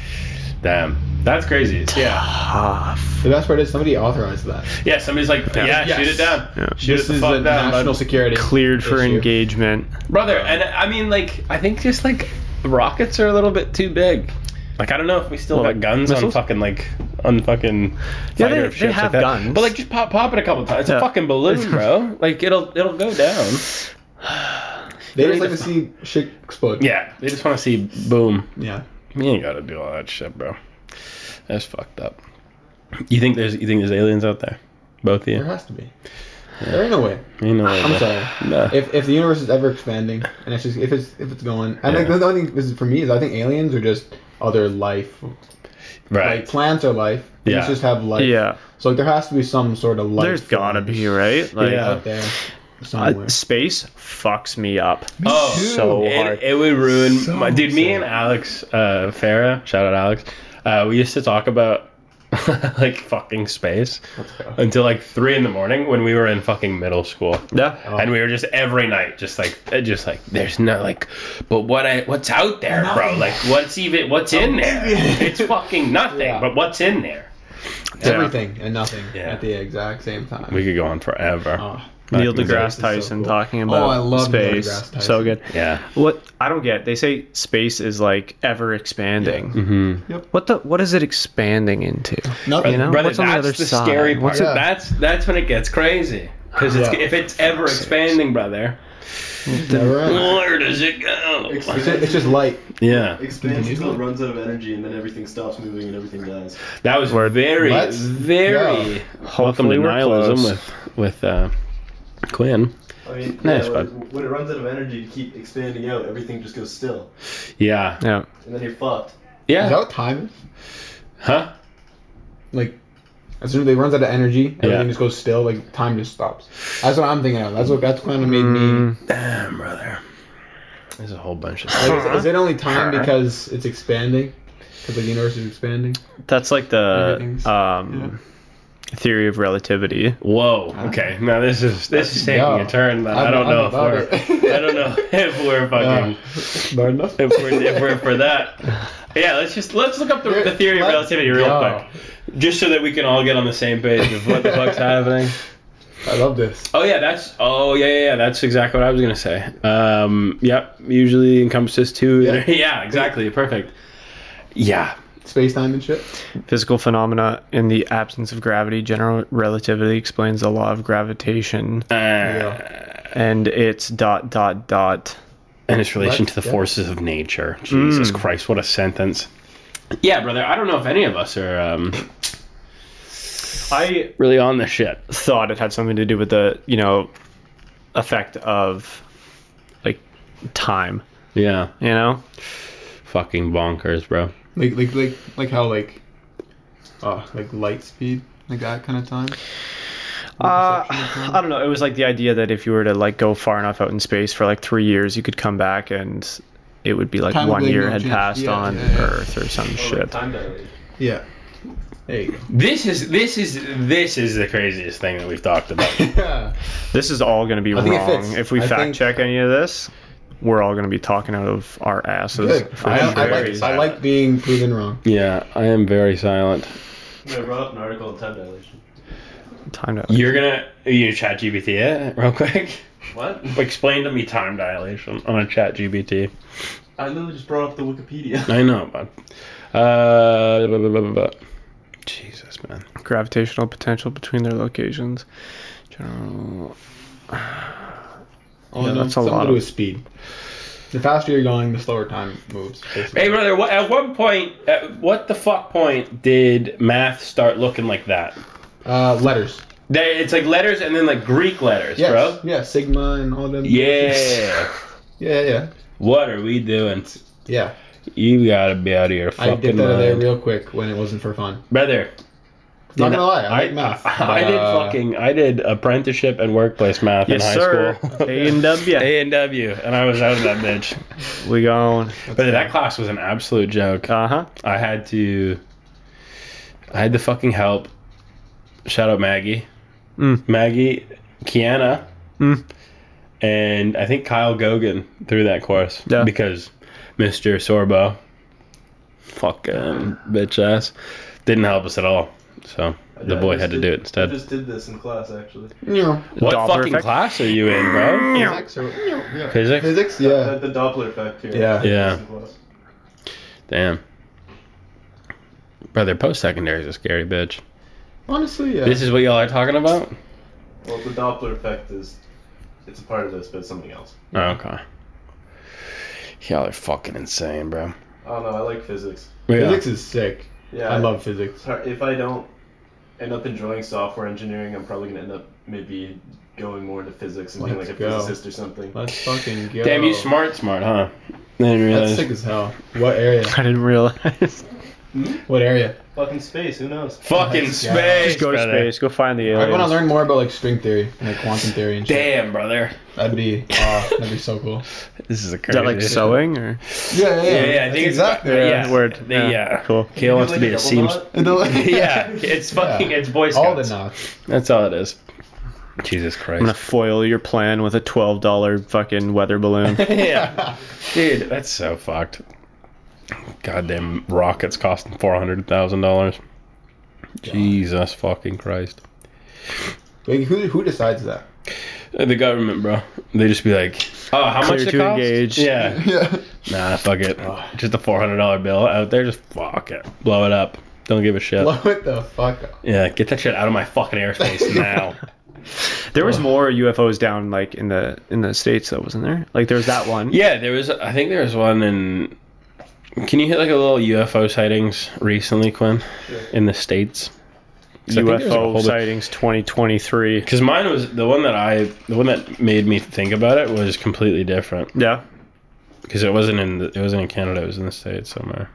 Speaker 1: Damn. That's crazy. Yeah.
Speaker 3: tough.
Speaker 2: The best part is somebody authorized that.
Speaker 1: Yeah, somebody's like, yeah,
Speaker 2: Yes.
Speaker 1: shoot it down.
Speaker 3: Yeah.
Speaker 1: Shoot
Speaker 2: this
Speaker 1: it the
Speaker 2: is
Speaker 1: fuck
Speaker 2: a
Speaker 1: down. bud.
Speaker 2: national security.
Speaker 3: Cleared for
Speaker 2: issue.
Speaker 3: engagement.
Speaker 1: Brother, and I mean, like, I think just like rockets are a little bit too big. Like, I don't know if we still
Speaker 3: Well,
Speaker 1: got guns
Speaker 3: missiles?
Speaker 1: on fucking, like, on fucking.
Speaker 3: Yeah,
Speaker 1: fighter
Speaker 3: they-
Speaker 1: ships
Speaker 3: they
Speaker 1: like
Speaker 3: have
Speaker 1: that.
Speaker 3: guns.
Speaker 1: But, like, just pop, pop it a couple times. It's
Speaker 3: Yeah.
Speaker 1: a fucking balloon,
Speaker 3: <laughs>
Speaker 1: bro. like, it'll it'll go down.
Speaker 2: They just like to see shit explode.
Speaker 1: Yeah, they just want to see boom.
Speaker 2: Yeah.
Speaker 1: You ain't got to do all that shit, bro. That's fucked up. You think there's you think there's aliens out there? Both of
Speaker 2: There
Speaker 3: Uh-huh.
Speaker 1: you?
Speaker 2: has to be. There ain't no way.
Speaker 1: You know.
Speaker 2: I'm sorry.
Speaker 1: No.
Speaker 2: If, if the universe is ever expanding and it's just if it's if it's going, I think
Speaker 1: Yeah.
Speaker 2: the only thing is for me is I think aliens are just other life.
Speaker 1: right.
Speaker 2: Like plants are life. Yeah.
Speaker 1: Yeah.
Speaker 2: just have life.
Speaker 3: Yeah,
Speaker 2: So like there has to be some sort of life.
Speaker 3: there's gotta be right. Like,
Speaker 1: Yeah.
Speaker 2: out there somewhere.
Speaker 3: Uh, space fucks me up.
Speaker 1: Oh,
Speaker 2: too.
Speaker 3: so hard.
Speaker 1: It, it would ruin
Speaker 2: So
Speaker 1: my dude. Me
Speaker 2: sad.
Speaker 1: and Alex uh, Farah, shout out Alex. Uh, we used to talk about <laughs> like fucking space until like three in the morning when we were in fucking middle school,
Speaker 2: Oh,
Speaker 3: yeah.
Speaker 1: and we were just every night just like uh, just like there's no like, but what I what's out there, bro? Like what's even what's in there? It's fucking nothing.
Speaker 2: Yeah.
Speaker 1: But what's in there?
Speaker 2: Everything and nothing
Speaker 1: Yeah.
Speaker 2: at the exact same time.
Speaker 1: We could go on forever.
Speaker 2: Oh.
Speaker 3: Neil
Speaker 1: Back in the
Speaker 3: deGrasse
Speaker 2: so
Speaker 3: Tyson
Speaker 2: cool.
Speaker 3: talking about
Speaker 2: Oh, I love Neil
Speaker 3: space.
Speaker 2: deGrasse Tyson.
Speaker 3: So good.
Speaker 1: day. Yeah.
Speaker 3: What I don't get, they say space is like ever expanding.
Speaker 2: Mm-hmm.
Speaker 1: hmm
Speaker 3: What the? What is it expanding into?
Speaker 2: Nothing.
Speaker 3: You know?
Speaker 1: Brother,
Speaker 3: What's on
Speaker 1: that's the,
Speaker 3: the other side?
Speaker 1: scary part.
Speaker 3: What's
Speaker 2: it-
Speaker 1: That's that's when it gets crazy. Because
Speaker 2: Yeah.
Speaker 1: if it's ever expanding, brother,
Speaker 2: Never ends.
Speaker 1: where does it go?
Speaker 2: It's just, it's just light.
Speaker 1: Yeah,
Speaker 4: Expands until it runs out of energy and then everything stops moving and everything dies.
Speaker 1: that was very,
Speaker 2: Let's
Speaker 1: very.
Speaker 2: go.
Speaker 1: Welcome
Speaker 3: Hopefully
Speaker 1: to
Speaker 3: we're
Speaker 1: nihilism
Speaker 3: close.
Speaker 1: with with uh, Quinn.
Speaker 4: I mean,
Speaker 1: Nice,
Speaker 4: yeah, when, it, when it runs out of energy to keep expanding out, everything just goes still.
Speaker 1: Yeah,
Speaker 3: Yeah.
Speaker 4: And then you're fucked.
Speaker 2: Is
Speaker 1: yeah,
Speaker 2: that what time is?
Speaker 1: huh?
Speaker 2: Like As soon as they runs out of energy, everything
Speaker 1: Yeah.
Speaker 2: just goes still. Like time just stops. That's what I'm thinking of. That's what that's kind of made
Speaker 3: Mm.
Speaker 2: me.
Speaker 1: Damn, brother. There's a whole bunch of
Speaker 2: Like, is, is it only time because it's expanding? Because the universe is expanding.
Speaker 3: That's like the
Speaker 2: Everything's-
Speaker 3: um, theory of relativity.
Speaker 1: Whoa. Okay. Now this is this is taking
Speaker 2: Yeah.
Speaker 1: a turn that I,
Speaker 2: I'm-
Speaker 1: don't
Speaker 2: I'm
Speaker 1: know if
Speaker 2: about
Speaker 1: we're
Speaker 2: it.
Speaker 1: I don't know <laughs> if we're fucking
Speaker 2: Not enough.
Speaker 1: Uh, <laughs> if, we're, if we're for
Speaker 2: <laughs>
Speaker 1: that. Yeah. Let's just let's look up the, the theory of
Speaker 2: Let's
Speaker 1: relativity real
Speaker 2: go.
Speaker 1: quick, just so that we can all get on the same page of what the
Speaker 2: <laughs>
Speaker 1: fuck's happening.
Speaker 2: I love this.
Speaker 1: Oh yeah, that's oh yeah yeah, yeah that's exactly what I was gonna say. Um, yep, usually encompasses two.
Speaker 2: Yeah.
Speaker 1: <laughs> Yeah, exactly, perfect. Yeah,
Speaker 2: Space time and shit.
Speaker 3: Physical phenomena in the absence of gravity. General relativity explains the law of gravitation
Speaker 1: uh,
Speaker 3: and its dot dot dot.
Speaker 1: and its relation to the
Speaker 2: Yeah. Hmm.
Speaker 1: forces of nature. Jesus Christ, what a sentence. Yeah, brother, I don't know if any of us are um,
Speaker 3: I
Speaker 1: really on this shit.
Speaker 3: thought it had something to do with the you know effect of like time.
Speaker 1: Yeah,
Speaker 3: You know,
Speaker 1: fucking bonkers, bro.
Speaker 2: Like like like like how like, uh, like light speed, like that kind of time.
Speaker 3: uh,
Speaker 2: perception of time?
Speaker 3: I don't know. It was like the idea that if you were to like go far enough out in space for like three years, you could come back and it would be like
Speaker 2: Time
Speaker 3: one
Speaker 2: would be
Speaker 3: year
Speaker 2: no
Speaker 3: had
Speaker 2: change.
Speaker 3: passed
Speaker 2: Yeah,
Speaker 3: on
Speaker 2: yeah, yeah.
Speaker 3: Earth or some
Speaker 4: Oh,
Speaker 3: shit.
Speaker 4: Time dilation.
Speaker 2: Yeah. There you go. <laughs>
Speaker 1: This is this is this is the craziest thing that we've talked about.
Speaker 2: Yeah.
Speaker 3: This is all going to be
Speaker 2: I think it
Speaker 3: wrong.
Speaker 2: fits.
Speaker 3: If we
Speaker 2: I
Speaker 3: fact
Speaker 2: think-
Speaker 3: check any of this, we're all going to be talking out of our asses.
Speaker 2: Good.
Speaker 3: for
Speaker 2: I, I,
Speaker 3: sure.
Speaker 1: very
Speaker 2: like, I like
Speaker 1: silent.
Speaker 2: being proven wrong.
Speaker 1: <laughs> yeah, I am very silent.
Speaker 4: Yeah, I brought up an article on time dilation.
Speaker 3: Time to.
Speaker 1: You're gonna you chat GPT it real quick. <laughs>
Speaker 4: What?
Speaker 1: Explain to me time dilation on a chat GBT.
Speaker 4: I literally just brought up the Wikipedia.
Speaker 1: I know, but uh, blah, blah, blah, blah, blah. Jesus, man.
Speaker 3: gravitational potential between their locations. General.
Speaker 2: Oh,
Speaker 3: Yeah, that's a
Speaker 2: something
Speaker 3: lot
Speaker 2: to do
Speaker 3: of-
Speaker 2: with speed. The faster you're going, the slower time moves. basically.
Speaker 1: Hey, brother, what, at what point, at what the fuck point did math start looking like that?
Speaker 2: Uh, letters.
Speaker 1: That it's like letters and then like Greek letters,
Speaker 2: Yes.
Speaker 1: bro.
Speaker 2: Yeah, sigma and all them.
Speaker 1: Yeah.
Speaker 2: Yeah, yeah.
Speaker 1: what are we doing?
Speaker 2: Yeah.
Speaker 1: You gotta be out of your
Speaker 2: I
Speaker 1: fucking
Speaker 2: dipped out
Speaker 1: mind,
Speaker 2: of there real quick when it wasn't for fun.
Speaker 1: brother.
Speaker 2: Not gonna lie, I,
Speaker 1: I,
Speaker 2: like
Speaker 1: <laughs>
Speaker 2: math. uh,
Speaker 1: I, I did fucking I did apprenticeship and workplace math
Speaker 3: Uh, Yes,
Speaker 1: in high
Speaker 3: sir.
Speaker 1: school.
Speaker 3: <laughs> A and W.
Speaker 1: <laughs> A and W, and I was out of that bitch.
Speaker 3: We going.
Speaker 1: But that class was an absolute joke.
Speaker 3: Uh huh.
Speaker 1: I had to. I had to fucking help. Shout out Maggie.
Speaker 3: Mm.
Speaker 1: Maggie, Kiana,
Speaker 3: Mm.
Speaker 1: and I think Kyle Gogan through that course.
Speaker 3: Yeah.
Speaker 1: Because Mr. Sorbo, fucking bitch ass, didn't help us at all. So the
Speaker 4: Yeah, <laughs> I
Speaker 1: boy
Speaker 4: just
Speaker 1: had to
Speaker 4: did-
Speaker 1: do it
Speaker 4: I
Speaker 1: instead.
Speaker 4: just did this in class, actually.
Speaker 2: Yeah.
Speaker 1: What
Speaker 3: Doppler
Speaker 1: fucking
Speaker 3: effect?
Speaker 1: class are you in, bro?
Speaker 2: Physics, or, <clears throat> yeah.
Speaker 1: Physics?
Speaker 2: Physics,
Speaker 4: The,
Speaker 2: yeah.
Speaker 4: the Doppler effect here.
Speaker 2: Yeah.
Speaker 1: Yeah.
Speaker 4: In class.
Speaker 1: Damn. Brother, post secondary is a scary bitch.
Speaker 2: Honestly, yeah.
Speaker 1: This is what y'all are talking about?
Speaker 4: Well, the Doppler effect is. It's a part of this, but it's something else.
Speaker 1: Oh, okay. Y'all are fucking insane, bro.
Speaker 4: I don't know. I like physics.
Speaker 2: Physics is sick.
Speaker 4: Yeah.
Speaker 2: I love physics.
Speaker 4: It's hard- If I don't end up enjoying software engineering, I'm probably gonna end up maybe going more into physics and being
Speaker 2: Let's
Speaker 4: like a
Speaker 2: go.
Speaker 4: physicist or something.
Speaker 2: Let's fucking go.
Speaker 1: Damn, you smart, smart, huh? I didn't
Speaker 2: That's
Speaker 1: realize.
Speaker 2: sick as hell. What area?
Speaker 3: <laughs> I didn't realize.
Speaker 2: What area?
Speaker 4: Fucking space. Who knows?
Speaker 1: Fucking
Speaker 2: Nice guy.
Speaker 1: space,
Speaker 3: Just go to
Speaker 1: brother.
Speaker 3: space. Go find the
Speaker 2: I want to
Speaker 3: aliens.
Speaker 2: learn more about like string theory and like quantum theory and shit.
Speaker 1: Damn, brother.
Speaker 2: That'd be, uh, that'd be so cool.
Speaker 1: This is a
Speaker 3: Is
Speaker 1: crazy.
Speaker 3: that like sewing or?
Speaker 2: Yeah,
Speaker 1: <laughs>
Speaker 2: yeah,
Speaker 1: Yeah, yeah, I think
Speaker 2: That's
Speaker 1: it's <laughs>
Speaker 2: exactly. <laughs>
Speaker 1: about-
Speaker 2: right.
Speaker 1: Yeah.
Speaker 3: Word.
Speaker 1: The, yeah.
Speaker 3: Cool.
Speaker 1: Kale wants to
Speaker 4: Like
Speaker 1: be
Speaker 4: a
Speaker 1: a
Speaker 4: double
Speaker 1: seamstress.
Speaker 4: <laughs> knot?
Speaker 2: And
Speaker 1: <laughs>
Speaker 2: the-
Speaker 1: yeah, it's fucking,
Speaker 2: Yeah.
Speaker 1: it's Boy Scouts.
Speaker 2: All the knots.
Speaker 1: That's all it is. Jesus
Speaker 3: I'm gonna
Speaker 1: Christ.
Speaker 3: foil your plan with a twelve dollar fucking
Speaker 1: <laughs>
Speaker 3: weather
Speaker 1: <laughs>
Speaker 3: balloon.
Speaker 2: <laughs>
Speaker 1: yeah. Dude, that's so fucked. Goddamn rockets costing $400,000. Jesus fucking Christ.
Speaker 2: Like, who, who decides that?
Speaker 1: Uh, The government, bro. They just be like, oh, how
Speaker 3: Clear
Speaker 1: much it
Speaker 3: to
Speaker 1: costs?
Speaker 3: engage.
Speaker 1: Yeah.
Speaker 2: Yeah.
Speaker 1: Nah, fuck it. Just a four hundred dollar bill out there. Just fuck it. Blow it up. Don't give a shit.
Speaker 2: <laughs> What the fuck? <laughs>
Speaker 1: Yeah, get that shit out of my fucking <laughs> airspace now.
Speaker 3: There was more UFOs down like in the in the states though, wasn't there? Like there was that one.
Speaker 1: yeah, there was. I think there was one in. Can you hit like a little UFO sightings recently, Quinn, in the states?
Speaker 3: UFO sightings 2023.
Speaker 1: Because mine was the one that I, the one that made me think about it was completely different.
Speaker 3: Yeah.
Speaker 1: because it wasn't in the, it wasn't in Canada. It was in the states somewhere.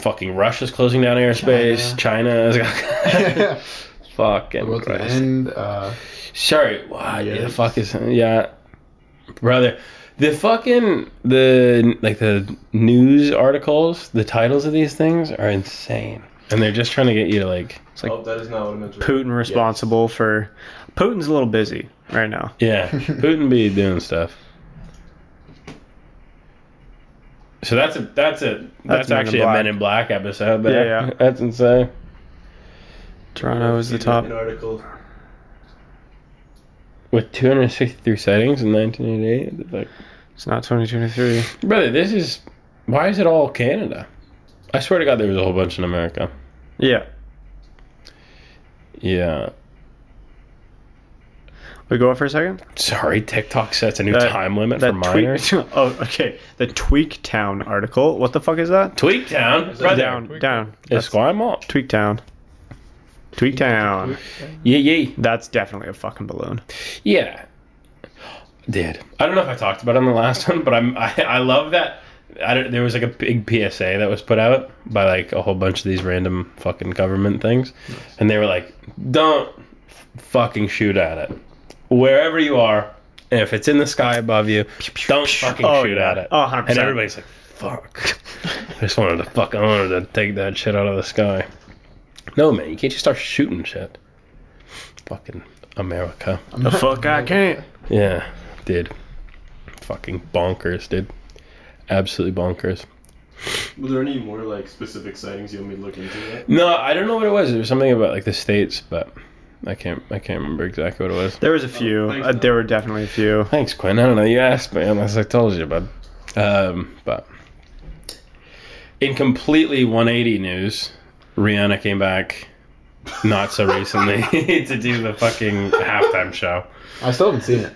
Speaker 1: fucking Russia's closing down airspace. China's
Speaker 2: <laughs> the
Speaker 1: <laughs> fucking
Speaker 2: world to
Speaker 1: Christ.
Speaker 2: end. Uh,
Speaker 1: Sorry, why the
Speaker 2: Yes.
Speaker 1: fuck is yeah, brother? The fucking the like the news articles, the titles of these things are insane, and they're just trying to get you to like
Speaker 3: Like-
Speaker 4: oh, that is not what I meant to
Speaker 3: Putin responsible for. Putin's a little busy right now. <laughs>
Speaker 1: yeah, Putin be doing stuff. So that's a that's a that's,
Speaker 3: That's Men in
Speaker 1: actually a
Speaker 3: Black.
Speaker 1: Men in Black episode. There.
Speaker 3: Yeah, yeah.
Speaker 1: that's insane.
Speaker 3: Toronto is the top.
Speaker 4: An article.
Speaker 1: With 263 sightings in 1988, like
Speaker 3: It's not 2023.
Speaker 1: brother, this is why is it all Canada? I swear to God, there was a whole bunch in America.
Speaker 3: Yeah,
Speaker 1: Yeah.
Speaker 3: we go up for a second.
Speaker 1: Sorry, TikTok sets a new
Speaker 3: That-
Speaker 1: time limit for minors.
Speaker 3: tweak. <laughs> oh, okay. The Tweak Town article. What the fuck is that?
Speaker 1: Tweak Town,
Speaker 4: Brother.
Speaker 3: Down, down. That's
Speaker 1: Esquimalt.
Speaker 3: Tweak Town. Tweak Town.
Speaker 1: Yeah, yeah,
Speaker 3: That's definitely a fucking balloon.
Speaker 1: yeah. Did I don't know if I talked about it on the last one, but I'm <laughs> I, I love that. I don't, there was like a big PSA that was put out by like a whole bunch of these random fucking government things, and they were like, "Don't f- fucking shoot at it, wherever you are, and if it's in the sky above you, don't fucking
Speaker 3: Oh,
Speaker 1: shoot
Speaker 3: yeah.
Speaker 1: at it."
Speaker 3: Oh, 100%.
Speaker 1: And everybody's like, "Fuck." <laughs> I just wanted to fuck. I wanted to take that shit out of the sky. No, man, you can't just start shooting shit. Fucking America.
Speaker 3: The fuck I can't.
Speaker 1: Yeah, did. Fucking bonkers, dude. Absolutely bonkers.
Speaker 4: Were there any more like specific sightings you want me to look into? Yet?
Speaker 1: No, I don't know what it was. There was something about like the states, but I can't. I can't remember exactly what it was.
Speaker 3: There was a few.
Speaker 4: thanks,
Speaker 3: uh,
Speaker 4: man.
Speaker 3: there were definitely a few.
Speaker 1: Thanks, Quinn. I don't know. You asked me, unless I told you, bud. Um, but in completely 180 news, Rihanna came back not so <laughs> recently to do the fucking halftime show.
Speaker 2: I still haven't seen it.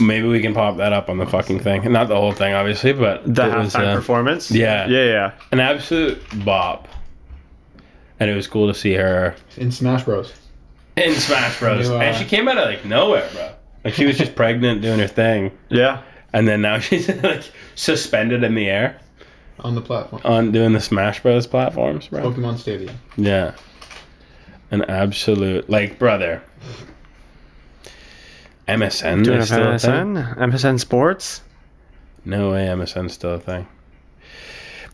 Speaker 1: Maybe we can pop that up on the fucking thing. Not the whole thing, obviously, but
Speaker 3: The
Speaker 1: it was,
Speaker 3: halftime
Speaker 1: uh,
Speaker 3: performance.
Speaker 1: yeah.
Speaker 3: Yeah. Yeah.
Speaker 1: an absolute bop. And it was cool to see her
Speaker 2: In Smash Bros.
Speaker 1: in Smash Bros.
Speaker 2: You, uh,
Speaker 1: And she came out of like nowhere, bro. Like she was just pregnant doing her thing,
Speaker 3: Yeah.
Speaker 1: and then now <laughs> she's like suspended in the air
Speaker 2: On the platform.
Speaker 1: on doing the Smash Bros. platforms, bro.
Speaker 2: Pokemon Stadium.
Speaker 1: Yeah, an absolute like brother. MSN
Speaker 3: Doing
Speaker 1: is still a thing.
Speaker 3: MSN. MSN Sports.
Speaker 1: No way, MSN's still a thing.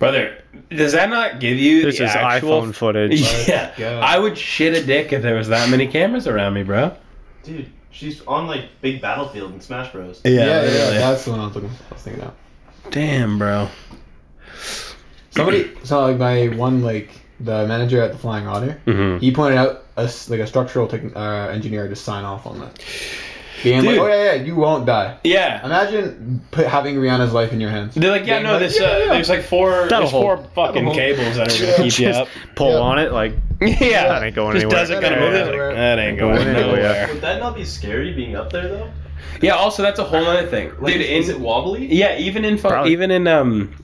Speaker 1: Brother, does that not give you
Speaker 3: This
Speaker 1: the
Speaker 3: is
Speaker 1: actual
Speaker 3: iPhone footage.
Speaker 1: <laughs> Yeah,
Speaker 2: Yeah.
Speaker 1: I would shit a dick if there was that many cameras around me, bro.
Speaker 4: Dude, she's on like big battlefield in Smash Bros.
Speaker 2: Yeah, yeah, that's the one I was looking. I was thinking of.
Speaker 1: Damn, bro.
Speaker 2: Somebody, <clears throat> so like my one like the manager at the Flying Otter,
Speaker 1: <clears throat> Mm-hmm.
Speaker 2: he pointed out us like a structural tech, uh, engineer to sign off on that, being like,
Speaker 1: Dude.
Speaker 2: oh yeah, yeah, you won't die.
Speaker 1: Yeah.
Speaker 2: Imagine put, having Rihanna's life in your hands.
Speaker 1: They're like, yeah, no, this uh, there's like 4
Speaker 3: That'll
Speaker 1: there's four
Speaker 3: hold.
Speaker 1: fucking
Speaker 2: That'll hold.
Speaker 1: cables that are gonna keep you
Speaker 3: Just
Speaker 1: up.
Speaker 3: pull
Speaker 2: Yeah.
Speaker 3: on it like
Speaker 1: yeah,
Speaker 3: That ain't going
Speaker 1: Just
Speaker 3: anywhere.
Speaker 1: doesn't gonna
Speaker 3: That
Speaker 1: move.
Speaker 3: ain't
Speaker 1: That,
Speaker 2: going
Speaker 1: like, that ain't going
Speaker 3: going
Speaker 1: nowhere.
Speaker 3: anywhere.
Speaker 4: Would that not be scary being up there though?
Speaker 1: Yeah. Also, that's a whole other thing,
Speaker 4: Like,
Speaker 1: dude.
Speaker 4: is
Speaker 1: In,
Speaker 4: it wobbly?
Speaker 1: yeah, even in fu-
Speaker 3: Probably.
Speaker 1: even in um,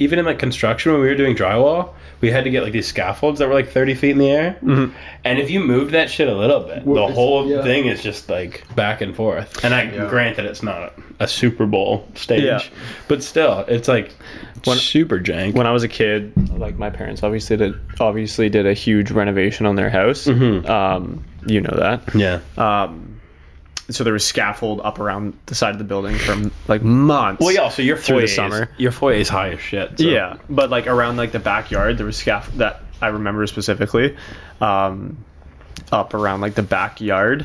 Speaker 1: even in like construction when we were doing drywall, we had to get like these scaffolds that were like 30 feet in the air,
Speaker 3: Mhm.
Speaker 1: and if you moved that shit a little bit,
Speaker 2: Well,
Speaker 1: the
Speaker 2: it's-
Speaker 1: whole
Speaker 2: yeah.
Speaker 1: thing is just like back and forth. And I
Speaker 2: Yeah.
Speaker 1: granted, it's not a Super Bowl stage,
Speaker 3: Yeah.
Speaker 1: but still, it's like
Speaker 3: When-
Speaker 1: super jank.
Speaker 3: when I was a kid. Like my parents obviously did obviously did a huge renovation on their house.
Speaker 1: Mhm.
Speaker 3: Um, you know that.
Speaker 1: yeah.
Speaker 3: Um, so there was scaffold up around the side of the building from like months.
Speaker 1: Well, yeah. So your
Speaker 3: Through
Speaker 1: foyer,
Speaker 3: the
Speaker 1: is-
Speaker 3: summer.
Speaker 1: your foyer is high as shit. so-
Speaker 3: Yeah, but like around like the backyard, there was scaff that I remember specifically, um, up around like the backyard,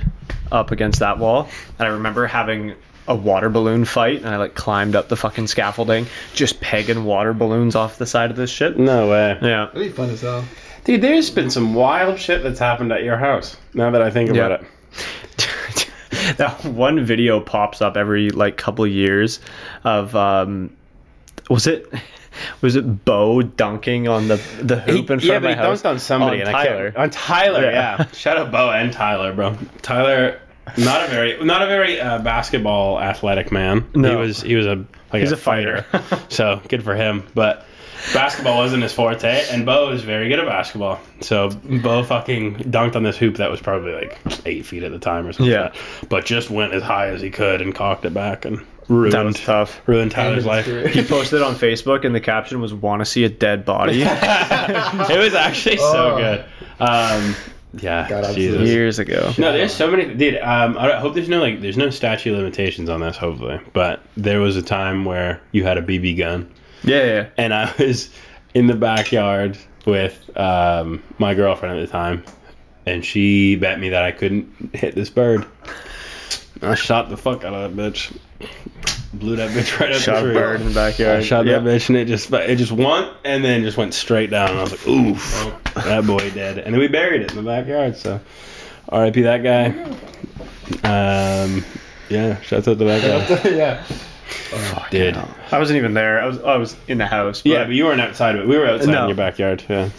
Speaker 3: up against that wall, and I remember having a water balloon fight, and I like climbed up the fucking scaffolding, just pegging water balloons off the side of this shit.
Speaker 1: No way.
Speaker 3: Yeah,
Speaker 2: It'd be fun as hell.
Speaker 1: Dude, there's been some wild shit that's happened at your house. Now that I think about
Speaker 3: Yeah.
Speaker 1: it.
Speaker 3: <laughs> that one video pops up every like couple years of um was it was it Bo dunking on the the hoop in front
Speaker 1: yeah,
Speaker 3: of
Speaker 1: but
Speaker 3: my
Speaker 1: he
Speaker 3: house
Speaker 1: dunked on somebody.
Speaker 3: on
Speaker 1: and I
Speaker 3: Tyler.
Speaker 1: can't, on Uh, Tyler,
Speaker 3: Yeah.
Speaker 1: yeah. Shout out Bo and Tyler, bro. Tyler, not a very, not a very uh, basketball athletic man. he
Speaker 3: No.
Speaker 1: was, he was a, like
Speaker 3: He's a fighter. <laughs>
Speaker 1: <laughs> so good for him. But basketball wasn't his forte, and Bo is very good at basketball. So Bo fucking dunked on this hoop that was probably like eight feet at the time or something.
Speaker 3: Yeah.
Speaker 1: But just went as high as he could and cocked it back, and ruined.
Speaker 3: That was tough.
Speaker 1: Ruined Tyler's life. <laughs>
Speaker 2: Ended his
Speaker 1: it
Speaker 3: He posted on Facebook, and the caption was "Want to see a dead
Speaker 1: <laughs>
Speaker 3: body?"
Speaker 1: was actually so
Speaker 2: Oh.
Speaker 1: good. Um, yeah,
Speaker 2: God,
Speaker 1: Jesus.
Speaker 2: absolutely.
Speaker 3: Years ago.
Speaker 1: No, there's so many, dude. Um, I hope there's no like, there's no statute of limitations on this. Hopefully, but there was a time where you had a BB gun,
Speaker 3: Yeah, yeah.
Speaker 1: and I was in the backyard with um, my girlfriend at the time, and she bet me that I couldn't hit this bird. I shot the fuck out of that bitch, blew that bitch right up the
Speaker 3: Shot a
Speaker 1: tree.
Speaker 3: bird in the backyard.
Speaker 1: I shot
Speaker 3: Yep.
Speaker 1: that bitch and it just it just went and then just went straight down. And I was like, oof,
Speaker 3: Oh.
Speaker 1: that boy dead. And then we buried it in the backyard. So, R.I.P. that guy. Um, yeah, shout out to that guy,
Speaker 2: <laughs> yeah.
Speaker 1: dude.
Speaker 3: I wasn't even there. I was I was in the house. But
Speaker 1: Yeah, but you weren't outside. of it. We were outside in
Speaker 3: No.
Speaker 1: your backyard. Yeah.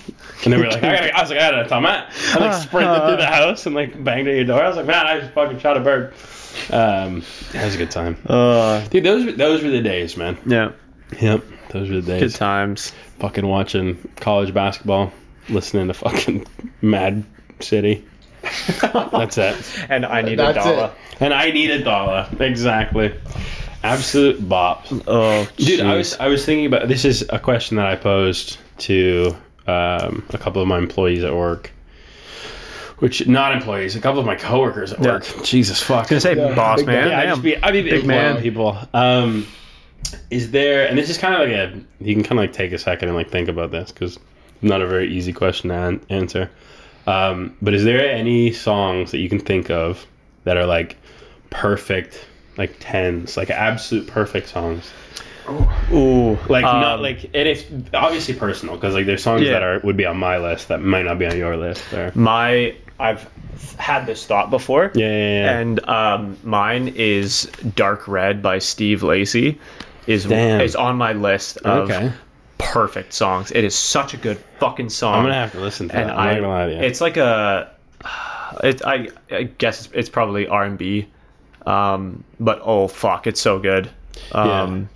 Speaker 1: And they were like, I, gotta, I was like, I gotta time out. I like sprinted through the house and like banged at your door. I was like, man, I just fucking shot a bird. Um, that was a good time,
Speaker 3: Uh,
Speaker 1: dude. Those were- those were the days, man.
Speaker 3: yeah.
Speaker 1: Yep, those were the days. <laughs>
Speaker 3: Good times.
Speaker 1: fucking watching college basketball, listening to fucking <laughs> Mad City. That's it.
Speaker 3: And I need a
Speaker 2: That's
Speaker 3: dollar.
Speaker 1: And I need a dollar. Exactly. Absolute bop.
Speaker 3: Oh,
Speaker 1: Dude, I
Speaker 3: jeez.
Speaker 1: was I was thinking about this is a question that I posed to um, a couple of my employees at work. Which not employees, a couple of my coworkers at
Speaker 3: Yeah.
Speaker 1: work. Jesus fuck.
Speaker 3: gonna say
Speaker 2: Yeah,
Speaker 3: boss
Speaker 2: big
Speaker 3: man.
Speaker 2: man.
Speaker 1: Yeah, I
Speaker 3: Damn.
Speaker 1: just be I be big
Speaker 2: man.
Speaker 1: man people. Um, is there? And this is kind of like a you can kind of like take a second and like think about this because not a very easy question to an- answer. Um, but is there any songs that you can think of that are like perfect, like tens, like absolute perfect songs?
Speaker 3: Ooh,
Speaker 1: Like not
Speaker 3: um,
Speaker 1: like and it's obviously personal because like there's songs
Speaker 3: Yeah. Mm.
Speaker 1: that are would be on my list that might not be on your list. Or
Speaker 3: my. I've had this thought before.
Speaker 1: yeah, yeah, yeah.
Speaker 3: And um, mine is Dark Red by Steve Lacey. Is
Speaker 1: Damn.
Speaker 3: is on my list of
Speaker 1: okay,
Speaker 3: perfect songs. It is such a good fucking song.
Speaker 1: I'm gonna have to listen to
Speaker 3: and
Speaker 1: that. I'm
Speaker 3: I,
Speaker 1: not gonna lie to you.
Speaker 3: it's like a, it, I, I guess it's, it's probably R and B, um, but oh fuck, it's so good. Um,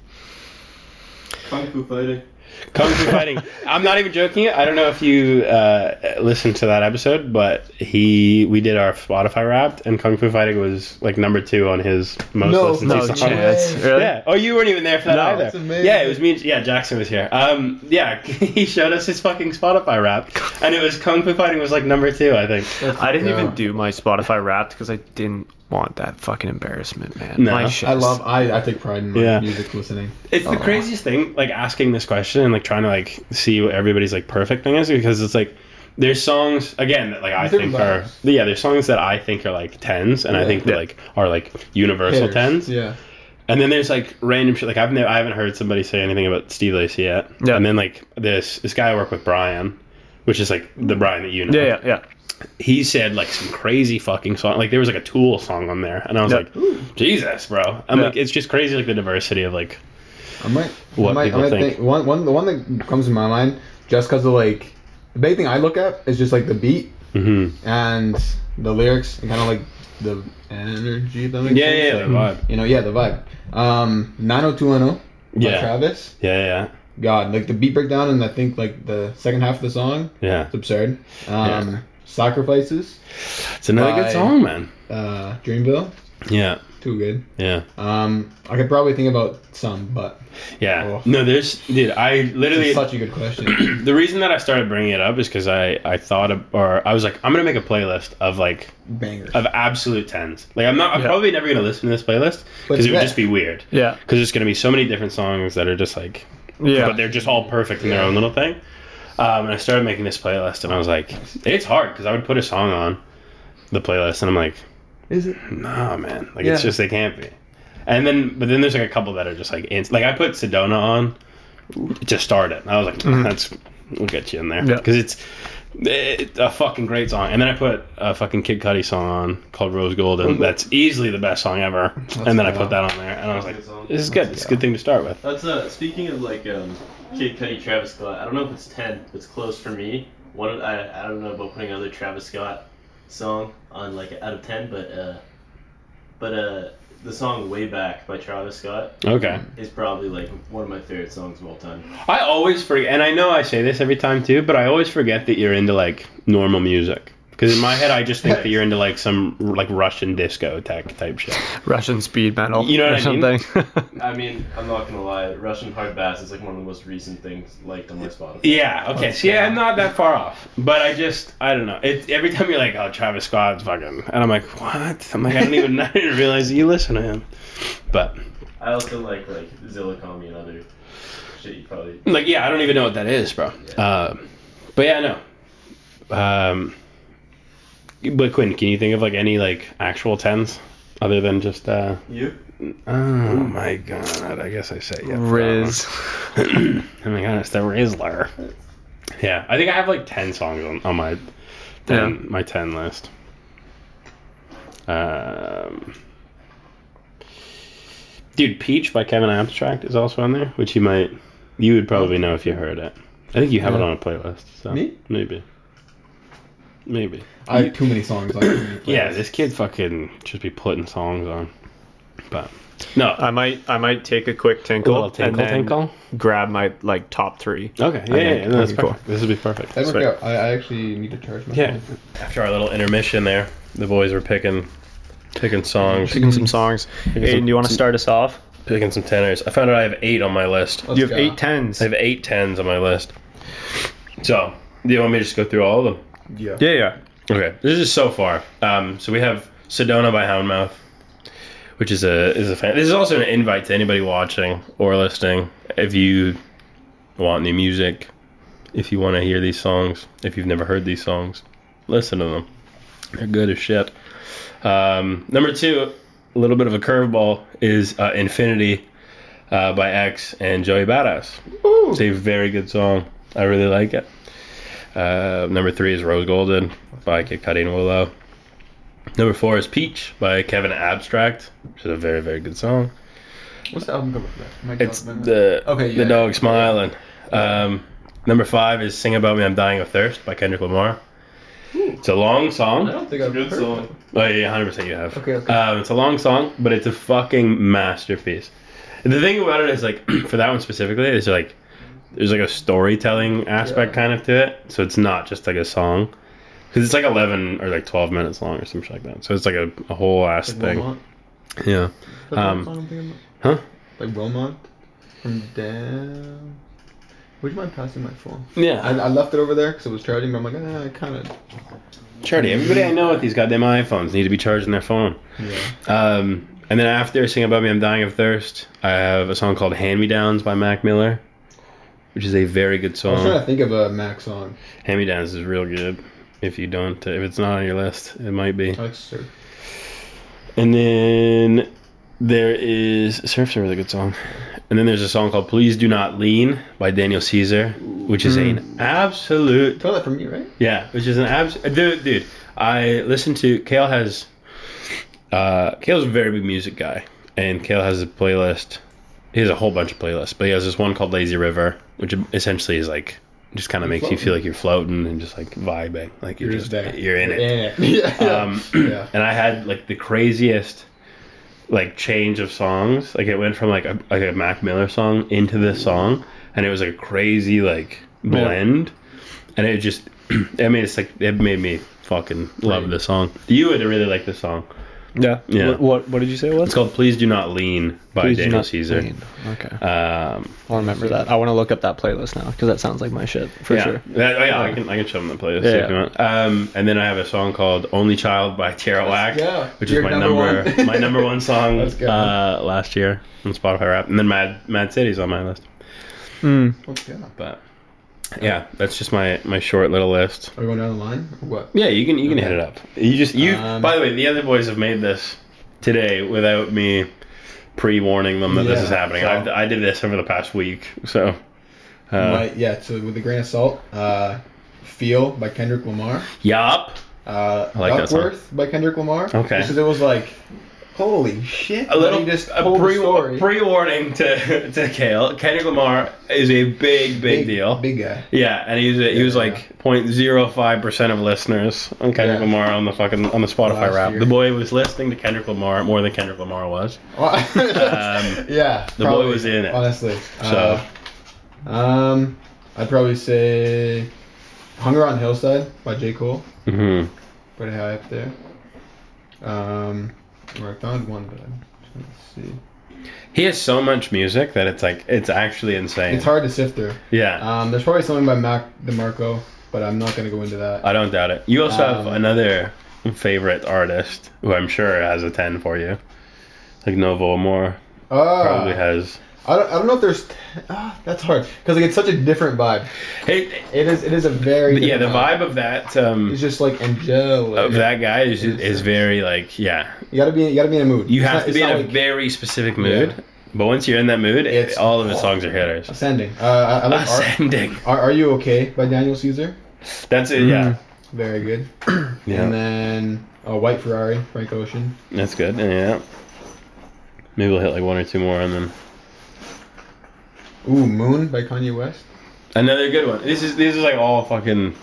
Speaker 4: Kung Fu Fighting.
Speaker 1: Kung Fu
Speaker 3: <laughs>
Speaker 1: Fighting. I'm not even joking. I don't know if you uh, listened to that episode, but he we did our Spotify Wrapped, and Kung Fu Fighting was like number two on his most
Speaker 2: No,
Speaker 1: listened
Speaker 3: No
Speaker 1: to song.
Speaker 3: chance.
Speaker 2: way.
Speaker 3: Really?
Speaker 1: Yeah. Oh, you weren't even there for that
Speaker 3: No.
Speaker 1: either.
Speaker 3: That's
Speaker 2: amazing.
Speaker 1: Yeah, it was me. And, yeah, Jackson was here. Um, yeah, <laughs> he showed us his fucking Spotify Wrapped, and it was Kung Fu Fighting was like number two, I think.
Speaker 3: I didn't
Speaker 2: Yeah.
Speaker 3: even do my Spotify Wrapped because I didn't want that fucking embarrassment, man.
Speaker 1: No.
Speaker 3: My shit
Speaker 2: I
Speaker 3: is-
Speaker 2: love. I, I take pride in my
Speaker 1: Yeah.
Speaker 2: music listening.
Speaker 1: It's the
Speaker 3: Oh.
Speaker 1: craziest thing, like asking this question and like trying to like see what everybody's like perfect thing is because it's like there's songs again that like I
Speaker 2: They're
Speaker 1: think
Speaker 2: lives.
Speaker 1: are yeah, there's songs that I think are like tens and I
Speaker 2: Yeah.
Speaker 1: think that
Speaker 3: Yeah.
Speaker 1: like are like universal
Speaker 2: Hitters.
Speaker 1: tens.
Speaker 2: Yeah.
Speaker 1: And then there's like random shit like I've never I haven't heard somebody say anything about Steve Lacey yet.
Speaker 3: Yeah.
Speaker 1: And then like this this guy I work with Brian, which is like the Brian that you know.
Speaker 3: Yeah, yeah, yeah.
Speaker 1: He said like some crazy fucking song. Like there was like a Tool song on there, and I was
Speaker 3: Yeah.
Speaker 1: like, Jesus, bro. I'm
Speaker 3: Yeah.
Speaker 1: like, it's just crazy like the diversity of like
Speaker 2: I might.
Speaker 1: What
Speaker 2: I might,
Speaker 1: people
Speaker 2: I might
Speaker 1: think.
Speaker 2: One, one, the one that comes to my mind, just because of like, the big thing I look at is just like the beat
Speaker 1: hmm
Speaker 2: and the lyrics and kind of like the energy. if That makes
Speaker 1: Yeah,
Speaker 2: sense.
Speaker 1: yeah, yeah, the
Speaker 2: Like,
Speaker 1: vibe.
Speaker 2: You know, yeah, the vibe. Um, 90210 by
Speaker 1: Yeah.
Speaker 2: Travis.
Speaker 1: Yeah, yeah,
Speaker 2: God, like the beat breakdown and I think like the second half of the song,
Speaker 1: yeah.
Speaker 2: it's absurd. Um, Sacrifices,
Speaker 1: It's another
Speaker 2: by-
Speaker 1: good song, man.
Speaker 2: uh, Dreamville,
Speaker 1: Yeah,
Speaker 2: too good.
Speaker 1: yeah,
Speaker 2: Um, I could probably think about some, but
Speaker 1: yeah.
Speaker 2: Oh.
Speaker 1: No, there's, dude. I
Speaker 2: it's
Speaker 1: literally
Speaker 2: such a
Speaker 1: <coughs>
Speaker 2: good
Speaker 1: <clears throat>
Speaker 2: question.
Speaker 1: the reason that I started bringing it up is because I I thought of, or I was like, I'm gonna make a playlist of like
Speaker 2: Bangers.
Speaker 1: of absolute tens. Like I'm not, I'm
Speaker 3: Yeah.
Speaker 1: probably never gonna listen to this playlist
Speaker 2: But
Speaker 1: because it would
Speaker 2: that-
Speaker 1: just be weird.
Speaker 3: Yeah.
Speaker 1: Because there's gonna be so many different songs that are just like,
Speaker 3: Yeah.
Speaker 1: but they're just all perfect in their
Speaker 2: Yeah.
Speaker 1: own little thing. Um, and I started making this playlist, and I was like, it's hard because I would put a song on the playlist, and I'm like,
Speaker 2: Is it?
Speaker 1: Nah, man. Like it's
Speaker 2: Yeah.
Speaker 1: just they can't be. And then, but then there's like a couple that are just like, inst- like I put Sedona on to start it. And I was like, that's we'll get you in there
Speaker 3: Yeah.
Speaker 1: because it's, it's a fucking great song. And then I put a fucking Kid Cudi song on called Rose Gold, and that's easily the best song ever. and then I put that on there, and I was like, this is good. It's a good thing to start with.
Speaker 4: That's uh, speaking of like um, Kid Cudi, Travis Scott. I don't know if it's ten, but it's close for me. One, I, I don't know about putting another Travis Scott song on like out of ten, but uh, but uh, the song "Way Back" by Travis Scott
Speaker 1: Okay.
Speaker 4: is probably like one of my favorite songs of all time.
Speaker 1: I always forget, and I know I say this every time too, but I always forget that you're into like normal music. Because in my head, I just think that you're into like some like Russian discotheque type shit.
Speaker 3: Russian speed metal.
Speaker 1: You know what
Speaker 3: or
Speaker 1: I mean?
Speaker 3: something.
Speaker 1: <laughs>
Speaker 3: <laughs>
Speaker 4: I mean, I'm not gonna lie. Russian hard bass is like one of the most recent things liked on my Spotify.
Speaker 1: Yeah. Okay. See, I'm not that far off, but I just I don't know. It, every time you're like, oh, Travis Scott's fucking, and I'm like, what? I'm like, I don't even <laughs> I didn't realize that you listen to him. But
Speaker 4: I also like like Zilla Call Me and other shit you probably.
Speaker 1: like, yeah, I don't even know what that is, bro. Uh, but yeah, no. Um, but Quinn, can you think of like any like actual tens other than just uh?
Speaker 4: You?
Speaker 1: Oh my god! I guess I say yeah.
Speaker 3: Riz.
Speaker 1: <clears throat> Oh my god, it's the Rizzler. Yeah, I think I have like ten songs on, on my ten
Speaker 3: Yeah.
Speaker 1: my ten list. Um, dude, Peach by Kevin Abstract is also on there, which you might you would probably know if you heard it. I think you have it
Speaker 2: Yeah.
Speaker 1: on a playlist. So
Speaker 2: Me?
Speaker 1: Maybe. Maybe.
Speaker 2: I have too many
Speaker 1: <coughs>
Speaker 2: songs. Like,
Speaker 1: Yeah, this kid fucking just be putting songs on. But no,
Speaker 2: Uh,
Speaker 3: I might I might take a quick tinkle,
Speaker 1: little tinkle,
Speaker 3: and then
Speaker 1: tinkle?
Speaker 3: grab my like top three.
Speaker 1: Okay, yeah, yeah,
Speaker 3: think
Speaker 1: yeah, no, that's
Speaker 3: that'd be
Speaker 1: perfect. This would be perfect.
Speaker 2: That
Speaker 3: Sweet.
Speaker 2: worked out. I, I actually need to charge my
Speaker 1: Yeah.
Speaker 2: phone.
Speaker 1: After our little intermission there, the boys were picking picking songs,
Speaker 3: Picking some <laughs> songs. Aiden, do you want to start us off?
Speaker 1: picking some tenors. I found out I have eight on my list.
Speaker 2: Let's
Speaker 3: You have
Speaker 2: go.
Speaker 3: eight tens.
Speaker 1: I have eight tens on my list. So, do you want me to just go through all of them?
Speaker 2: Yeah.
Speaker 3: Yeah, yeah.
Speaker 1: Okay, this is so far. Um, so we have Sedona by Houndmouth, which is a is a fan. This is also an invite to anybody watching or listening. If you want new music, if you want to hear these songs, if you've never heard these songs, listen to them. They're good as shit. Um, number two, a little bit of a curveball is uh, Infinity uh, by X and Joey Badass.
Speaker 2: Ooh.
Speaker 1: It's a very good song. I really like it. Uh, number three is Rose Golden by Kid Cudi and Willow. Number four is Peach by Kevin Abstract, which is a very, very good song.
Speaker 2: What's the album cover for that? Might
Speaker 1: It's
Speaker 2: Development.
Speaker 1: the
Speaker 2: Okay, yeah,
Speaker 1: the
Speaker 2: yeah.
Speaker 1: dog smiling. Um, number five is Sing About Me, I'm Dying of Thirst by Kendrick Lamar. It's a long song.
Speaker 2: I don't think
Speaker 4: It's
Speaker 2: I've
Speaker 4: a good
Speaker 2: heard
Speaker 4: song.
Speaker 2: that.
Speaker 1: Oh yeah, hundred percent. You have.
Speaker 2: Okay, okay.
Speaker 1: Um, it's a long song, but it's a fucking masterpiece. The thing about it is like <clears throat> for that one specifically is like there's like a storytelling aspect
Speaker 2: Yeah.
Speaker 1: kind of to it, so it's not just like a song. Because it's like 11 or like 12 minutes long or something like that. So it's like a, a whole ass
Speaker 2: Like
Speaker 1: thing.
Speaker 2: Wilmont?
Speaker 1: Yeah.
Speaker 2: Is that the
Speaker 1: Um,
Speaker 2: song I'm thinking
Speaker 1: Huh?
Speaker 2: about? Like Wilmont from Down. Would you mind passing my phone? I,
Speaker 1: Yeah.
Speaker 2: I left it over there because it was charging, but I'm like, ah, I kind of.
Speaker 1: Charity, everybody I know with these goddamn iPhones need to be charging their phone.
Speaker 2: Yeah.
Speaker 1: Um, and then after Sing About Me, I'm Dying of Thirst, I have a song called Hand Me Downs by Mac Miller, which is a very good
Speaker 2: I
Speaker 1: song.
Speaker 2: was trying to think of a Mac song.
Speaker 1: Hand me downs is real good. If you don't, uh, if it's not on your list, it might be.
Speaker 2: I like Surf.
Speaker 1: And then there is Surf's a really good song. And then there's a song called "Please Do Not Lean" by Daniel Caesar, which is an absolute
Speaker 2: You got that from me, right?
Speaker 1: yeah, which is an abs dude. Dude, I listen to Kale has. Uh, Kale's a very big music guy, and Kale has a playlist. He has a whole bunch of playlists, but he has this one called Lazy River, which essentially is like just kind of
Speaker 2: You're
Speaker 1: makes you feel like you're floating and just like vibing, like you're,
Speaker 2: You're
Speaker 1: just
Speaker 2: just there.
Speaker 1: you're in it.
Speaker 2: Yeah. Yeah. <laughs>
Speaker 3: <clears throat>
Speaker 2: yeah.
Speaker 1: Um, <clears throat>
Speaker 2: yeah.
Speaker 1: And I had like the craziest like change of songs. Like it went from like a, like a Mac Miller song into this song, and it was like a crazy like blend. And it just, <clears throat> I mean, it's like it made me fucking love
Speaker 2: Right.
Speaker 1: the song. You would really like this song.
Speaker 3: Yeah.
Speaker 1: Yeah.
Speaker 3: What, what What did you say it was?
Speaker 1: It's called "Please Do Not Lean" by
Speaker 3: Please do
Speaker 1: Daniel
Speaker 3: not
Speaker 1: Caesar.
Speaker 3: lean. Okay.
Speaker 1: Um,
Speaker 3: I'll remember that. I want to look up that playlist now because that sounds like my shit for
Speaker 1: yeah,
Speaker 3: sure.
Speaker 1: That- oh, yeah, I can I can show them the playlist
Speaker 3: Yeah,
Speaker 1: if you
Speaker 3: yeah.
Speaker 1: want. Um, and then I have a song called "Only Child" by Tierra Whack,
Speaker 2: go.
Speaker 1: which
Speaker 2: Your
Speaker 1: is my number,
Speaker 2: number one.
Speaker 1: my number one song
Speaker 2: <laughs> Let's go.
Speaker 1: uh, last year on Spotify Rap, and then Mad Mad City's on my list.
Speaker 3: Mm.
Speaker 2: Let's go.
Speaker 1: But yeah, that's just my my short little list.
Speaker 2: Are we going down the line or what?
Speaker 1: Yeah, you can you can
Speaker 2: Okay.
Speaker 1: hit it up. You just you.
Speaker 2: Um,
Speaker 1: by the way, the other boys have made this today without me pre-warning them that this
Speaker 2: Yeah,
Speaker 1: is happening.
Speaker 2: so-
Speaker 1: I, I did this over the past week, so. Uh,
Speaker 2: My- yeah. So with the grain of salt, uh, "Feel" by Kendrick Lamar.
Speaker 1: yup.
Speaker 2: Uh,
Speaker 1: I like that song.
Speaker 2: Duckworth by Kendrick Lamar.
Speaker 1: Okay.
Speaker 2: Because it was like, holy shit.
Speaker 1: a little
Speaker 2: he just
Speaker 1: a
Speaker 2: told the
Speaker 1: pre
Speaker 2: story.
Speaker 1: pre warning to to Kale. Kendrick Lamar is a big big, deal.
Speaker 2: Big guy. <laughs>
Speaker 1: Yeah, and he was he was
Speaker 2: Yeah.
Speaker 1: like 0.05 percent of listeners on Kendrick
Speaker 2: Yeah.
Speaker 1: Lamar on the fucking on the Spotify
Speaker 2: Last
Speaker 1: rap.
Speaker 2: year.
Speaker 1: The boy was listening to Kendrick Lamar more than Kendrick Lamar was. Um,
Speaker 2: yeah.
Speaker 1: the boy was in it.
Speaker 2: Honestly.
Speaker 1: So.
Speaker 2: Uh, um, I'd probably say "Hunger on Hillside" by J. Cole.
Speaker 1: Mm-hmm.
Speaker 2: pretty high up there. Um, or I found one, but I'm just trying to see.
Speaker 1: He has so much music that it's like it's actually insane.
Speaker 2: It's hard to sift through.
Speaker 1: Yeah,
Speaker 2: Um, there's probably something by Mac DeMarco, but I'm not gonna go into that.
Speaker 1: I don't doubt it. You also have
Speaker 2: Um,
Speaker 1: another favorite artist who I'm sure has a ten for you, like Novo Amor
Speaker 2: Uh,
Speaker 1: probably has.
Speaker 2: I don't, I don't know if there's. ah, that's hard because like it's such a different vibe.
Speaker 1: Hey,
Speaker 2: It is it is a very
Speaker 1: yeah, the
Speaker 2: different
Speaker 1: vibe of that um
Speaker 2: It's just like angelic.
Speaker 1: of Oh, that guy is is very like yeah.
Speaker 2: You gotta be you gotta be in a mood.
Speaker 1: You
Speaker 2: It's
Speaker 1: have
Speaker 2: not-
Speaker 1: to
Speaker 2: it's
Speaker 1: be in
Speaker 2: not
Speaker 1: a
Speaker 2: like
Speaker 1: very specific mood, but once you're in that mood, it-
Speaker 2: It's-
Speaker 1: all of his songs are hitters.
Speaker 2: ascending. Uh, I, I like are,
Speaker 1: Ascending.
Speaker 2: are are you okay by Daniel Caesar?
Speaker 1: That's it. Yeah.
Speaker 2: Very good.
Speaker 1: <clears throat> Yeah.
Speaker 2: And then uh, White Ferrari, Frank Ocean.
Speaker 1: That's good. Yeah. Maybe we'll hit like one or two more on them.
Speaker 2: Ooh, Moon by Kanye West.
Speaker 1: Another good one. This is this is like all fucking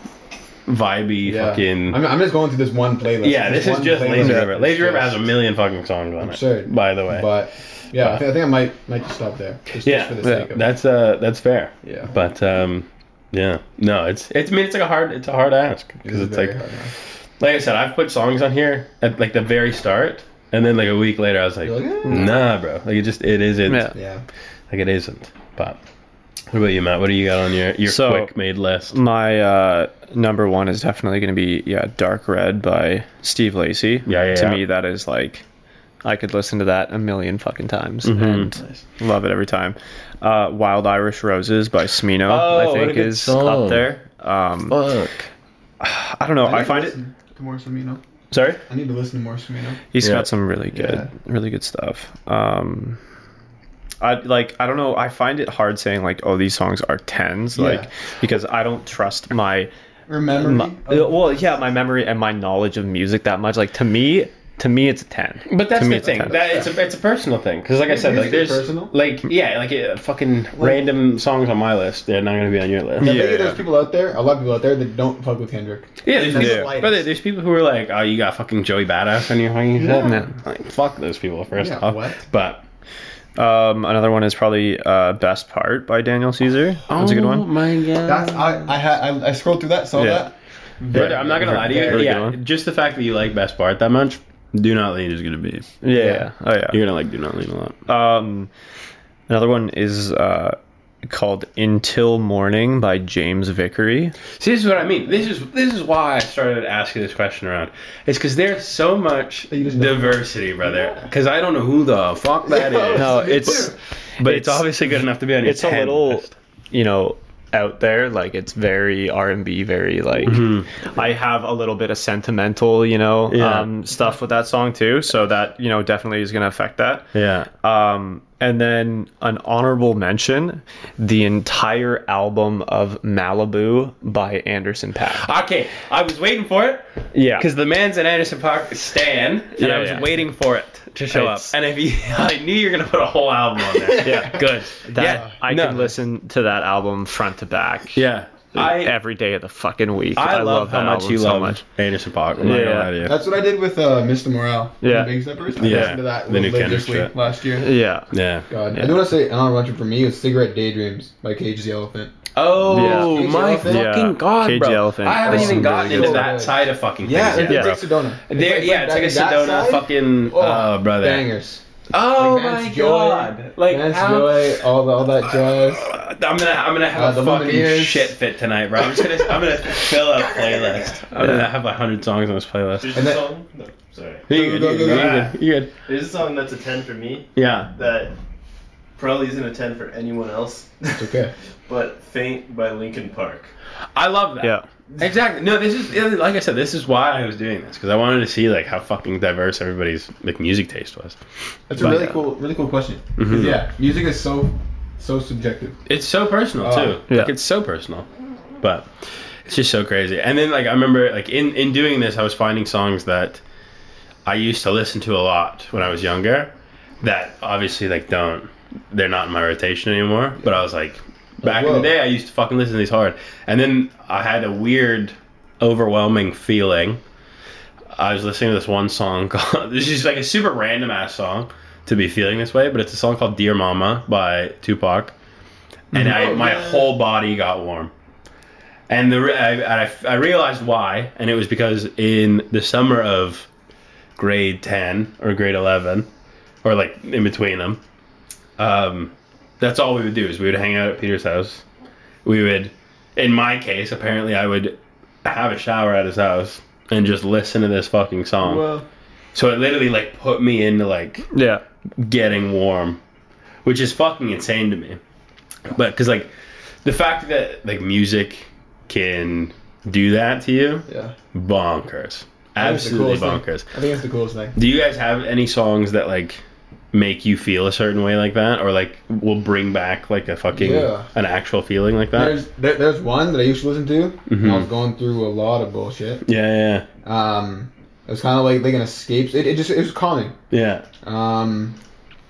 Speaker 1: vibey fucking.
Speaker 2: I'm, I'm just going through this one playlist.
Speaker 1: yeah, this is
Speaker 2: one
Speaker 1: just
Speaker 2: playlist
Speaker 1: Lazy
Speaker 2: is
Speaker 1: River. Lazy River has a
Speaker 2: just
Speaker 1: million fucking songs on it.
Speaker 2: Absurd.
Speaker 1: By the way.
Speaker 2: But yeah, I,
Speaker 1: But-
Speaker 2: think, I think I might might just stop there. Just, just
Speaker 1: uh, yeah,
Speaker 2: for the
Speaker 1: yeah,
Speaker 2: sake of
Speaker 1: that's uh that's fair.
Speaker 2: yeah.
Speaker 1: But um, yeah, no, it's it's I mean it's like a hard it's a hard ask
Speaker 2: This
Speaker 1: because
Speaker 2: is
Speaker 1: it's
Speaker 2: very
Speaker 1: like
Speaker 2: hard now.
Speaker 1: like I said I've put songs on here at like the very start and then like a week later I was like,
Speaker 2: You're like, "Eh."
Speaker 1: nah, bro, like it just it isn't
Speaker 3: Yeah.
Speaker 2: yeah.
Speaker 1: like it isn't. But what about you, Matt? What do you got on your your
Speaker 3: So-
Speaker 1: quick made list?
Speaker 3: My uh, number one is definitely going to be yeah, Dark Red by Steve Lacy.
Speaker 1: Yeah, yeah,
Speaker 3: To
Speaker 1: yeah.
Speaker 3: me, that is like I could listen to that a million fucking times
Speaker 1: Mhm.
Speaker 3: and love it every time. Uh, Wild Irish Roses by Smino,
Speaker 1: Oh,
Speaker 3: I
Speaker 1: what a
Speaker 3: think
Speaker 1: good
Speaker 3: is
Speaker 1: song. Oh,
Speaker 3: up there. Um,
Speaker 1: Fuck.
Speaker 3: I don't know. I find it.
Speaker 2: To more Samino.
Speaker 1: Sorry.
Speaker 2: I need to listen to more Samino.
Speaker 3: He's
Speaker 1: Yeah.
Speaker 3: got some really good,
Speaker 2: Yeah.
Speaker 3: really good stuff. Um, I like. I don't know. I find it hard saying like, "Oh, these songs are tens,
Speaker 2: Yeah.
Speaker 3: like because I don't trust my
Speaker 2: Remember
Speaker 3: my,
Speaker 2: me?
Speaker 3: uh, well, yeah, my memory and my knowledge of music that much. Like to me, to me, it's a ten.
Speaker 1: But
Speaker 3: To
Speaker 1: that's the
Speaker 3: me, it's a
Speaker 1: thing.
Speaker 3: 10.
Speaker 1: That it's a it's a personal thing because, like I said,
Speaker 2: Music
Speaker 1: like there's
Speaker 2: is personal?
Speaker 1: like yeah, like uh, fucking random songs on my list. They're not gonna be on your list.
Speaker 2: Yeah, I
Speaker 3: Yeah,
Speaker 2: think
Speaker 3: yeah.
Speaker 2: there's people out there, a lot of people out there that don't fuck with Hendrick.
Speaker 1: Yeah, there's,
Speaker 2: Even
Speaker 1: people-
Speaker 2: the slightest.
Speaker 1: but there's people who are like, oh, you got fucking Joey Badass on your fucking shit.
Speaker 2: Yeah.
Speaker 1: No. Like, fuck those people first
Speaker 2: Yeah,
Speaker 1: off.
Speaker 2: what?
Speaker 1: But
Speaker 3: Um, another one is probably uh, "Best Part" by Daniel Caesar. That's a good one.
Speaker 1: my god.
Speaker 2: Oh That's I I had I, I scrolled through that, saw
Speaker 3: Yeah.
Speaker 2: that.
Speaker 1: Brother, I'm not gonna lie to you.
Speaker 3: Very good
Speaker 1: yeah,
Speaker 3: one.
Speaker 1: just the fact that you like Best Part that much, Do Not Lean is gonna be.
Speaker 3: Yeah. Oh yeah.
Speaker 1: You're gonna like Do Not Lean a lot.
Speaker 3: Um, another one is uh, called "Until Morning" by James Vickery.
Speaker 1: See, this is what I mean. This is this is why I started asking this question around. It's because there's so much
Speaker 2: You just know.
Speaker 1: diversity, brother. Because I don't know who the fuck that is.
Speaker 3: No,
Speaker 2: Me
Speaker 1: <laughs>
Speaker 3: it's
Speaker 2: too.
Speaker 1: but it's, obviously good enough to be on your.
Speaker 3: it's a
Speaker 1: 10
Speaker 3: little
Speaker 1: list.
Speaker 3: you know out there like it's very r&b very like i have a little bit of sentimental you know
Speaker 1: Mm-hmm. Yeah.
Speaker 3: um, stuff with that song too so that you know definitely is going to affect that
Speaker 1: Yeah.
Speaker 3: um, and then an honorable mention the entire album of malibu by anderson pack
Speaker 1: Okay, I was waiting for it
Speaker 3: yeah
Speaker 1: because the man's an Anderson Park stan, and
Speaker 3: Yeah,
Speaker 1: I was
Speaker 3: yeah.
Speaker 1: waiting for it to show
Speaker 3: It's-
Speaker 1: up. And if you, <laughs> I knew you were gonna put a whole album on there.
Speaker 3: yeah
Speaker 1: good.
Speaker 3: that
Speaker 1: yeah,
Speaker 3: i
Speaker 1: no.
Speaker 3: can listen to that album front to back
Speaker 1: Yeah, I
Speaker 3: every day of the fucking week
Speaker 1: I, love, how
Speaker 3: that
Speaker 1: much
Speaker 3: album
Speaker 1: you
Speaker 3: so
Speaker 1: love
Speaker 3: much.
Speaker 1: Anderson Park. I'm
Speaker 3: Yeah.
Speaker 1: to you.
Speaker 2: That's what I did with uh, Mr. Morale. from
Speaker 3: Yeah.
Speaker 2: Big Steppers. I
Speaker 1: Yeah.
Speaker 2: listened to that
Speaker 1: The new
Speaker 2: late
Speaker 1: Kendrick
Speaker 2: this week,
Speaker 1: shit.
Speaker 2: last year.
Speaker 3: yeah
Speaker 1: Yeah.
Speaker 2: God, I
Speaker 3: Yeah.
Speaker 2: do want to say an honorable mention for me was "Cigarette Daydreams" by Cage the Elephant.
Speaker 1: Oh
Speaker 2: Yeah.
Speaker 1: my
Speaker 2: Cage the
Speaker 1: fucking
Speaker 3: Elephant. Yeah.
Speaker 1: god,
Speaker 3: Cage
Speaker 1: bro!
Speaker 3: the Elephant.
Speaker 1: I haven't
Speaker 3: That's
Speaker 1: even
Speaker 3: some
Speaker 1: gotten
Speaker 3: really
Speaker 1: into
Speaker 2: good
Speaker 1: that
Speaker 2: stuff.
Speaker 1: side of fucking
Speaker 2: Yeah,
Speaker 1: things yet,
Speaker 2: it's,
Speaker 3: yeah.
Speaker 1: bro.
Speaker 2: it's like Sedona.
Speaker 1: There, yeah, it's like a Sedona fucking oh, brother.
Speaker 2: Bangers.
Speaker 1: Oh
Speaker 2: Like,
Speaker 1: my
Speaker 2: Vance Joy.
Speaker 1: god! Like
Speaker 2: That's
Speaker 1: how-
Speaker 2: joy, all, the, all that jazz.
Speaker 1: <laughs> I'm gonna I'm gonna
Speaker 2: Uh,
Speaker 1: have
Speaker 2: the
Speaker 1: a fucking
Speaker 2: Lumineers.
Speaker 1: shit fit tonight, bro. I'm just gonna I'm <laughs> gonna fill a playlist. I'm gonna have a hundred songs on this playlist.
Speaker 4: There's
Speaker 2: And
Speaker 4: a
Speaker 2: that-
Speaker 4: song. No, sorry.
Speaker 1: You good? You good? You good? You good?
Speaker 4: There's a song that's a ten for me
Speaker 1: Yeah.
Speaker 4: that probably isn't a ten for anyone else.
Speaker 2: It's okay.
Speaker 4: <laughs> but "Faint" by Linkin Park.
Speaker 1: I love that.
Speaker 3: yeah
Speaker 1: Exactly. No, this is like I said. This is why I was doing this because I wanted to see like how fucking diverse everybody's like music taste was.
Speaker 2: That's a
Speaker 1: But-
Speaker 2: really cool, really cool question. 'Cause,
Speaker 1: Mhm.
Speaker 2: Yeah, music is so, so subjective.
Speaker 1: It's so personal
Speaker 2: Oh.
Speaker 1: too. Like
Speaker 3: Yeah.
Speaker 1: it's so personal, but it's just so crazy. And then like I remember like in in doing this, I was finding songs that I used to listen to a lot when I was younger. That obviously like don't they're not in my rotation anymore. But I was like, back in
Speaker 2: Whoa.
Speaker 1: the day, I used to fucking listen to these hard. And then I had a weird, overwhelming feeling. I was listening to this one song <laughs> called. This is like a super random ass song to be feeling this way, but it's a song called "Dear Mama" by Tupac and I,
Speaker 2: Oh,
Speaker 1: my
Speaker 2: man.
Speaker 1: whole body got warm. And the re- I, I, I realized why, and it was because in the summer of grade 10 or grade 11, or like in between them, um, that's all we would do is we would hang out at Peter's house. We would, in my case, apparently I would have a shower at his house and just listen to this fucking song. so it literally like put me into like
Speaker 3: Yeah.
Speaker 1: getting warm, which is fucking insane to me. But because like the fact that like music can do that to you,
Speaker 2: yeah.
Speaker 1: bonkers,
Speaker 2: That's the
Speaker 1: absolutely bonkers.
Speaker 2: coolest I think it's the coolest thing.
Speaker 1: Do you guys have any songs that like make you feel a certain way like that, or like will bring back like a fucking
Speaker 2: Yeah.
Speaker 1: an actual feeling like that?
Speaker 2: There's there, there's one that I used to listen to. When I was
Speaker 1: Mhm.
Speaker 2: going through a lot of bullshit.
Speaker 1: yeah, yeah,
Speaker 2: Um, it was kind of like like an escape. It, it just it was calming.
Speaker 1: yeah.
Speaker 2: Um,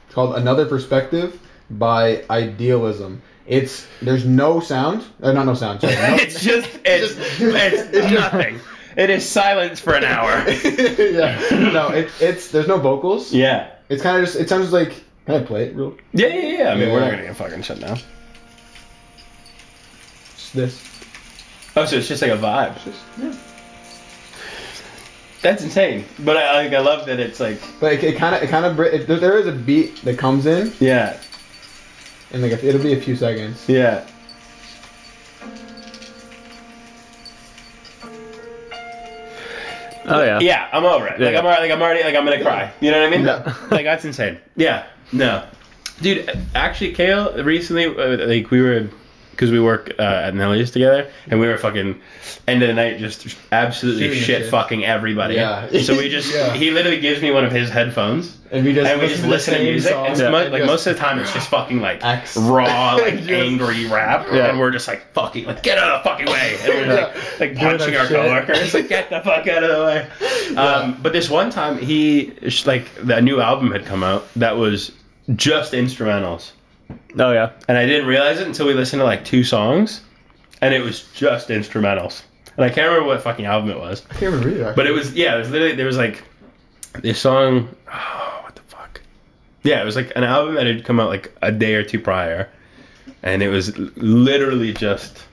Speaker 2: it's called Another Perspective by Idealism. It's there's no sound. Uh, not no sound. Sorry, <laughs> no,
Speaker 1: <laughs> it's just it's
Speaker 2: Just- <laughs>
Speaker 1: it's nothing. It is silence for an hour.
Speaker 2: yeah. No, it, it's there's no vocals.
Speaker 1: yeah.
Speaker 2: It's kind of just it sounds like can I play it real?
Speaker 1: Yeah, yeah, yeah. I mean, we're not
Speaker 2: Yeah.
Speaker 1: gonna get fucking shut down.
Speaker 2: Just this.
Speaker 1: Oh, so it's just like a vibe. That's insane. But I like I love that it's like
Speaker 2: But it, it kind of it kind of it, there- there is a beat that comes in
Speaker 1: yeah,
Speaker 2: and like it'll be a few seconds.
Speaker 1: yeah.
Speaker 3: Oh <laughs> yeah. Oh,
Speaker 1: Yeah, I'm over it. Like
Speaker 3: Yeah.
Speaker 1: I'm already like I'm already like I'm gonna cry. You know what I mean?
Speaker 2: Yeah.
Speaker 1: like that's insane. Yeah. No. Dude, actually, Kale, recently, uh, like we were, because we work uh, at Nelly's together, and we were fucking end of the night just absolutely
Speaker 2: Shooting the
Speaker 1: shit
Speaker 2: shit.
Speaker 1: fucking everybody.
Speaker 2: Yeah.
Speaker 1: So we just
Speaker 2: <laughs> Yeah.
Speaker 1: he literally gives me one of his headphones.
Speaker 2: And we just
Speaker 1: and we just
Speaker 2: the
Speaker 1: listen to
Speaker 2: same
Speaker 1: music.
Speaker 2: song.
Speaker 1: And
Speaker 3: Yeah.
Speaker 1: mo- like
Speaker 2: Just-
Speaker 1: most of the time, it's just fucking like
Speaker 2: Axe.
Speaker 1: raw, like
Speaker 2: <laughs> Just-
Speaker 1: angry rap,
Speaker 3: Yeah.
Speaker 1: and we're just like fucking like get out of the fucking way, and we're
Speaker 2: Yeah.
Speaker 1: like like
Speaker 2: Doing
Speaker 1: punching
Speaker 2: our
Speaker 1: our
Speaker 2: shit.
Speaker 1: coworkers, like get the fuck out of the way. Um, But this one time, he sh- like that new album had come out that was just instrumentals,
Speaker 3: Oh yeah.
Speaker 1: and I didn't realize it until we listened to like two songs, and it was just instrumentals. And I can't remember what fucking album it was,
Speaker 2: I can't even read it.
Speaker 1: but it was yeah, it was literally there was like this song. Oh, what the fuck? Yeah, it was like an album that had come out like a day or two prior, and it was l- literally just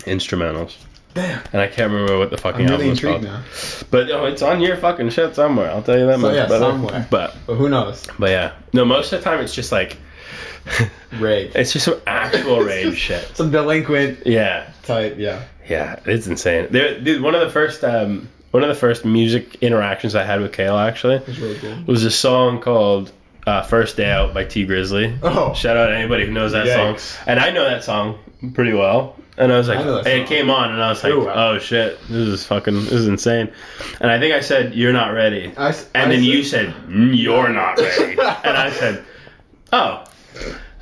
Speaker 1: instrumentals.
Speaker 2: Damn.
Speaker 1: And I can't remember what the fucking
Speaker 2: I'm
Speaker 1: album
Speaker 2: really
Speaker 1: was
Speaker 2: intrigued
Speaker 1: called.
Speaker 2: now.
Speaker 1: But oh, it's on your fucking shit somewhere. I'll tell you that
Speaker 2: So,
Speaker 1: much.
Speaker 2: yeah,
Speaker 1: brother.
Speaker 2: somewhere.
Speaker 1: But
Speaker 2: But who knows?
Speaker 1: but yeah, no. Most of the time, it's just like
Speaker 2: Rage.
Speaker 1: it's just some actual
Speaker 2: <laughs> It's
Speaker 1: rage
Speaker 2: just
Speaker 1: shit.
Speaker 2: Some delinquent
Speaker 1: Yeah,
Speaker 2: type. Yeah.
Speaker 1: Yeah, it's insane. There, dude, one of the first um, one of the first music interactions I had with Kale actually
Speaker 2: It's really cool.
Speaker 1: was a song called uh, "First Day Out" by T Grizzly.
Speaker 2: Oh.
Speaker 1: Shout out to anybody who knows that
Speaker 2: Yikes.
Speaker 1: song. And I know that song pretty well. And I was like,
Speaker 2: I know that
Speaker 1: and it
Speaker 2: song.
Speaker 1: came on, and I was like,
Speaker 2: Ooh.
Speaker 1: oh shit, this is fucking, this is insane. And I think I said, you're not ready.
Speaker 2: I s-
Speaker 1: And
Speaker 2: I
Speaker 1: then
Speaker 2: s-
Speaker 1: you said, "Mm, "You're not <laughs> ready," and I said, "Oh."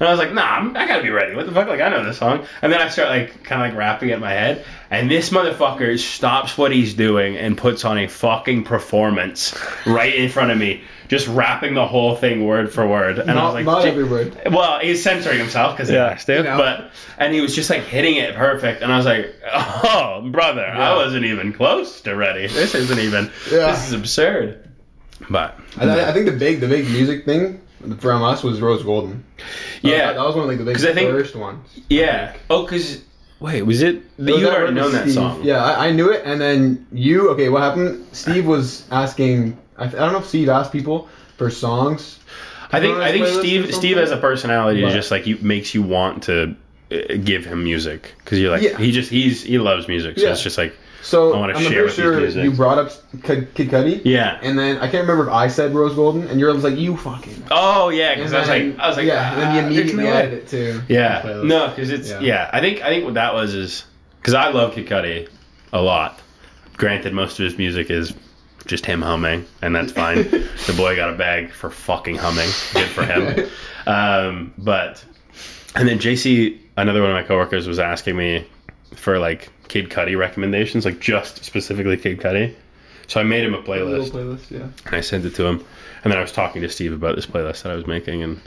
Speaker 1: And I was like, "Nah, I'm, I gotta be ready. What the fuck? Like, I know this song." And then I start like kind of like rapping it in my head, and this motherfucker stops what he's doing and puts on a fucking performance right in front of me, just rapping the whole thing word for word. And I was
Speaker 2: Not,
Speaker 1: like,
Speaker 2: not
Speaker 1: "J-
Speaker 2: every word.
Speaker 1: well, he's censoring himself because
Speaker 3: Yeah,
Speaker 1: yeah, has to,
Speaker 2: you know.
Speaker 1: but and he was just like hitting it perfect, and I was like, "Oh, brother, I
Speaker 2: Yeah.
Speaker 1: wasn't even close to ready. This isn't even.
Speaker 2: Yeah.
Speaker 1: This is absurd." But
Speaker 2: I, I- I think the big the big music thing from us was Rose Golden.
Speaker 1: yeah,
Speaker 2: that, that was one of like the big
Speaker 1: 'Cause I think-
Speaker 2: first ones.
Speaker 1: yeah. Oh, cause wait, was it?
Speaker 2: So
Speaker 1: you
Speaker 2: that
Speaker 1: already
Speaker 2: one
Speaker 1: known
Speaker 2: was
Speaker 1: that
Speaker 2: Steve.
Speaker 1: song.
Speaker 2: Yeah, I, I knew it, and then you. Okay, what happened? Steve was asking. I, I don't know if Steve asked people for songs.
Speaker 1: I think I think
Speaker 2: Playlist or
Speaker 1: Steve Steve
Speaker 2: something?
Speaker 1: as a personality is
Speaker 2: But-
Speaker 1: just like you makes you want to uh, give him music because you're like
Speaker 2: Yeah.
Speaker 1: he just he's he loves music, so
Speaker 2: Yeah.
Speaker 1: it's just like
Speaker 2: So
Speaker 1: I
Speaker 2: I'm
Speaker 1: wanna share
Speaker 2: pretty
Speaker 1: with these
Speaker 2: sure
Speaker 1: music.
Speaker 2: you brought up Kid, Kid Cudi.
Speaker 1: yeah.
Speaker 2: And then I can't remember if I said Rose Golden, and you're was like, "You fucking."
Speaker 1: Oh yeah, because
Speaker 2: And
Speaker 1: I was
Speaker 2: then-
Speaker 1: like I was like
Speaker 2: yeah. and then you
Speaker 1: "Ah, there's
Speaker 2: immediately
Speaker 1: no way."
Speaker 2: added it to.
Speaker 1: Yeah.
Speaker 2: the playlist.
Speaker 1: No, because it's yeah.
Speaker 2: Yeah.
Speaker 1: I think I think what that was is because I love Kid Cudi a lot. Granted, most of his music is just him humming, and that's fine. the boy got a bag for fucking humming. Good for him. um, but and then JC, another one of my coworkers, was asking me for like Kid Cudi recommendations, like just specifically Kid Cudi. So I made him a
Speaker 2: A little
Speaker 1: playlist
Speaker 2: playlist, yeah.
Speaker 1: and I sent it to him. And then I was talking to Steve about this playlist that I was making, and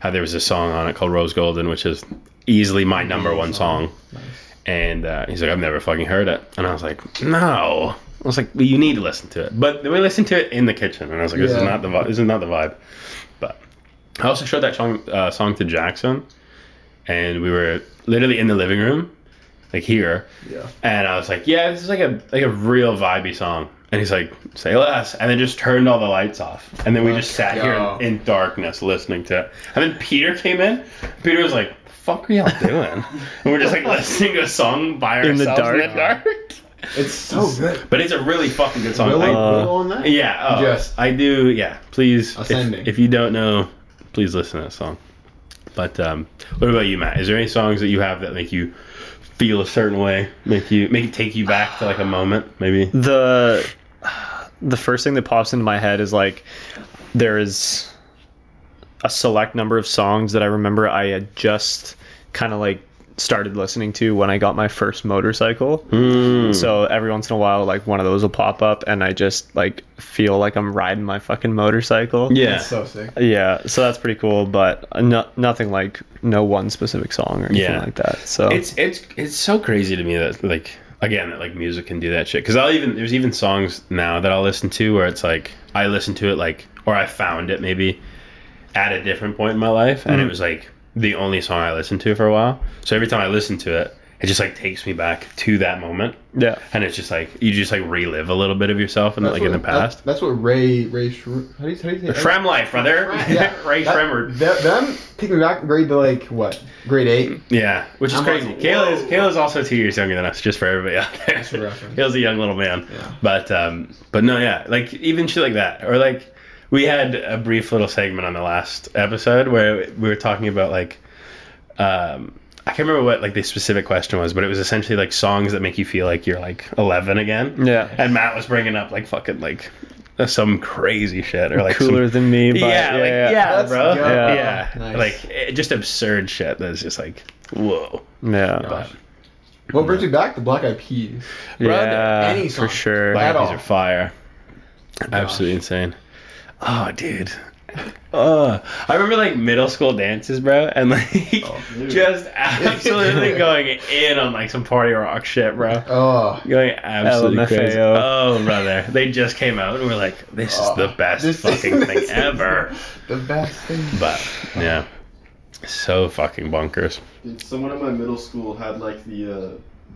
Speaker 1: how there was a song on it called Rose Golden, which is easily my number one song. And uh, he's like, I've never fucking heard it. And I was like, No. I was like, well, You need to listen to it. But then we listened to it in the kitchen, and I was like, This is
Speaker 2: Yeah.
Speaker 1: not the vi- this is not the vibe. But I also showed that song uh, song to Jackson, and we were literally in the living room, like here.
Speaker 2: Yeah.
Speaker 1: And I was like, yeah, this is like a like a real vibey song. And he's like, say less. And then just turned all the lights off. And then we just sat here
Speaker 2: go.
Speaker 1: in, in darkness listening to it. And then Peter came in. Peter was like, the fuck are y'all doing? and we're just like listening to a song by
Speaker 3: In
Speaker 1: ourselves
Speaker 3: the
Speaker 1: in the dark.
Speaker 2: It's so good.
Speaker 1: But it's a really fucking good song.
Speaker 2: Willow,
Speaker 1: I-
Speaker 3: Uh,
Speaker 2: Willow on that?
Speaker 1: yeah. Oh,
Speaker 2: Yes.
Speaker 1: I do. Yeah. Please. if-
Speaker 2: Ascending.
Speaker 1: If, you don't know, please listen to that song. But um, what about you, Matt? Is there any songs that you have that make you feel a certain way, make you make take you back to like a moment, maybe?
Speaker 3: the the first thing that pops into my head is like there is a select number of songs that I remember I had just kind of like started listening to when I got my first motorcycle.
Speaker 1: Mm.
Speaker 3: So every once in a while like one of those will pop up and I just like feel like I'm riding my fucking motorcycle.
Speaker 1: yeah.
Speaker 2: It's so sick.
Speaker 3: Yeah, so that's pretty cool, but no, nothing like no one specific song or anything
Speaker 1: Yeah.
Speaker 3: like that.
Speaker 2: Oh.
Speaker 3: So
Speaker 1: It's it's it's so crazy to me that like again that like music can do that shit. Because I'll even there's even songs now that I'll listen to where it's like I listen to it like or I found it maybe at a different point in my life and
Speaker 2: Mm.
Speaker 1: it was like the only song I listened to for a while. So every time I listen to it, it just like takes me back to that moment
Speaker 3: yeah,
Speaker 1: and it's just like you just like relive a little bit of yourself and
Speaker 2: That's
Speaker 1: like in
Speaker 2: what-
Speaker 1: the past.
Speaker 2: that- that's what Ray Ray Shrew, how do you, how do you say that?
Speaker 1: Shrem life, brother. <laughs>
Speaker 2: Yeah,
Speaker 1: Ray
Speaker 2: that-
Speaker 1: Shremmerd.
Speaker 2: That, them take me back grade to like what
Speaker 1: <laughs>
Speaker 2: grade eight.
Speaker 1: Yeah, which is
Speaker 2: I'm
Speaker 1: crazy.
Speaker 2: like,
Speaker 1: Kayla is
Speaker 2: whoa.
Speaker 1: Kayla's also two years younger than us. Just for everybody out there, <laughs>
Speaker 2: for reference.
Speaker 1: Kayla's a young little man.
Speaker 2: Yeah.
Speaker 1: But um, but no, yeah, like even shit like that, or like we had a brief little segment on the last episode where we were talking about like, um, I can't remember what like the specific question was, but it was essentially like songs that make you feel like you're like 11 again.
Speaker 3: yeah,
Speaker 1: And Matt was bringing up like fucking like some crazy shit or like some-
Speaker 3: cooler than me. But
Speaker 1: yeah, like, yeah,
Speaker 2: Let's
Speaker 1: bro.
Speaker 2: go.
Speaker 1: Yeah,
Speaker 3: Yeah.
Speaker 2: Nice.
Speaker 1: like it, just absurd shit that's just like, whoa.
Speaker 3: yeah.
Speaker 1: But,
Speaker 2: What brings you back? The Black Eyed Peas.
Speaker 3: yeah,
Speaker 2: any song.
Speaker 3: for sure.
Speaker 1: Black
Speaker 2: At
Speaker 1: Eyed Peas
Speaker 2: all.
Speaker 1: are fire. Absolutely insane. Oh, dude. <laughs> Oh, I remember like middle school dances, bro, and like <laughs>
Speaker 4: dude.
Speaker 1: just absolutely <laughs> going in on like some party rock shit, bro.
Speaker 2: Oh,
Speaker 1: Going absolutely
Speaker 3: LMFAO.
Speaker 1: crazy. Oh, brother, they just came out and we're like, this is
Speaker 2: Oh,
Speaker 1: the best
Speaker 2: this-
Speaker 1: fucking
Speaker 2: this
Speaker 1: thing
Speaker 2: is- <laughs>
Speaker 1: ever.
Speaker 2: the best thing.
Speaker 1: <laughs> But yeah, so fucking bonkers.
Speaker 4: Dude, someone in my middle school had like the uh,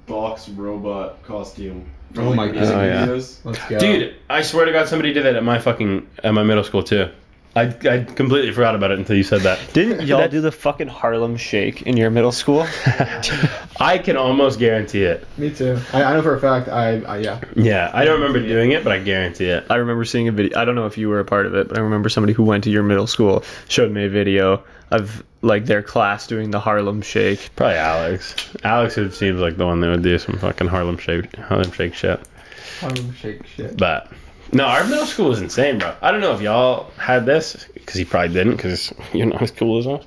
Speaker 4: box robot costume. from,
Speaker 2: Oh
Speaker 4: like,
Speaker 2: my
Speaker 4: music
Speaker 1: God. Oh, yeah.
Speaker 4: videos.
Speaker 2: Let's go,
Speaker 1: Dude, I swear to God, somebody did that at my fucking at my middle school too. I, I completely forgot about it until you said that.
Speaker 3: <laughs> Didn't y'all do the fucking Harlem Shake in your middle <laughs> school?
Speaker 1: <laughs> I can almost guarantee it.
Speaker 2: Me too. I, I know for a fact. I, I yeah.
Speaker 1: Yeah, I don't remember doing it, but I guarantee it.
Speaker 3: I remember seeing a video. I don't know if you were a part of it, but I remember somebody who went to your middle school showed me a video of like their class doing the Harlem Shake.
Speaker 1: Probably Alex. Alex would- seems like the one that would do some fucking Harlem Shake Harlem Shake shit.
Speaker 2: Harlem Shake shit.
Speaker 1: But no, our middle school was insane, bro. I don't know if y'all had this because you probably didn't because <laughs> you're not as cool as us.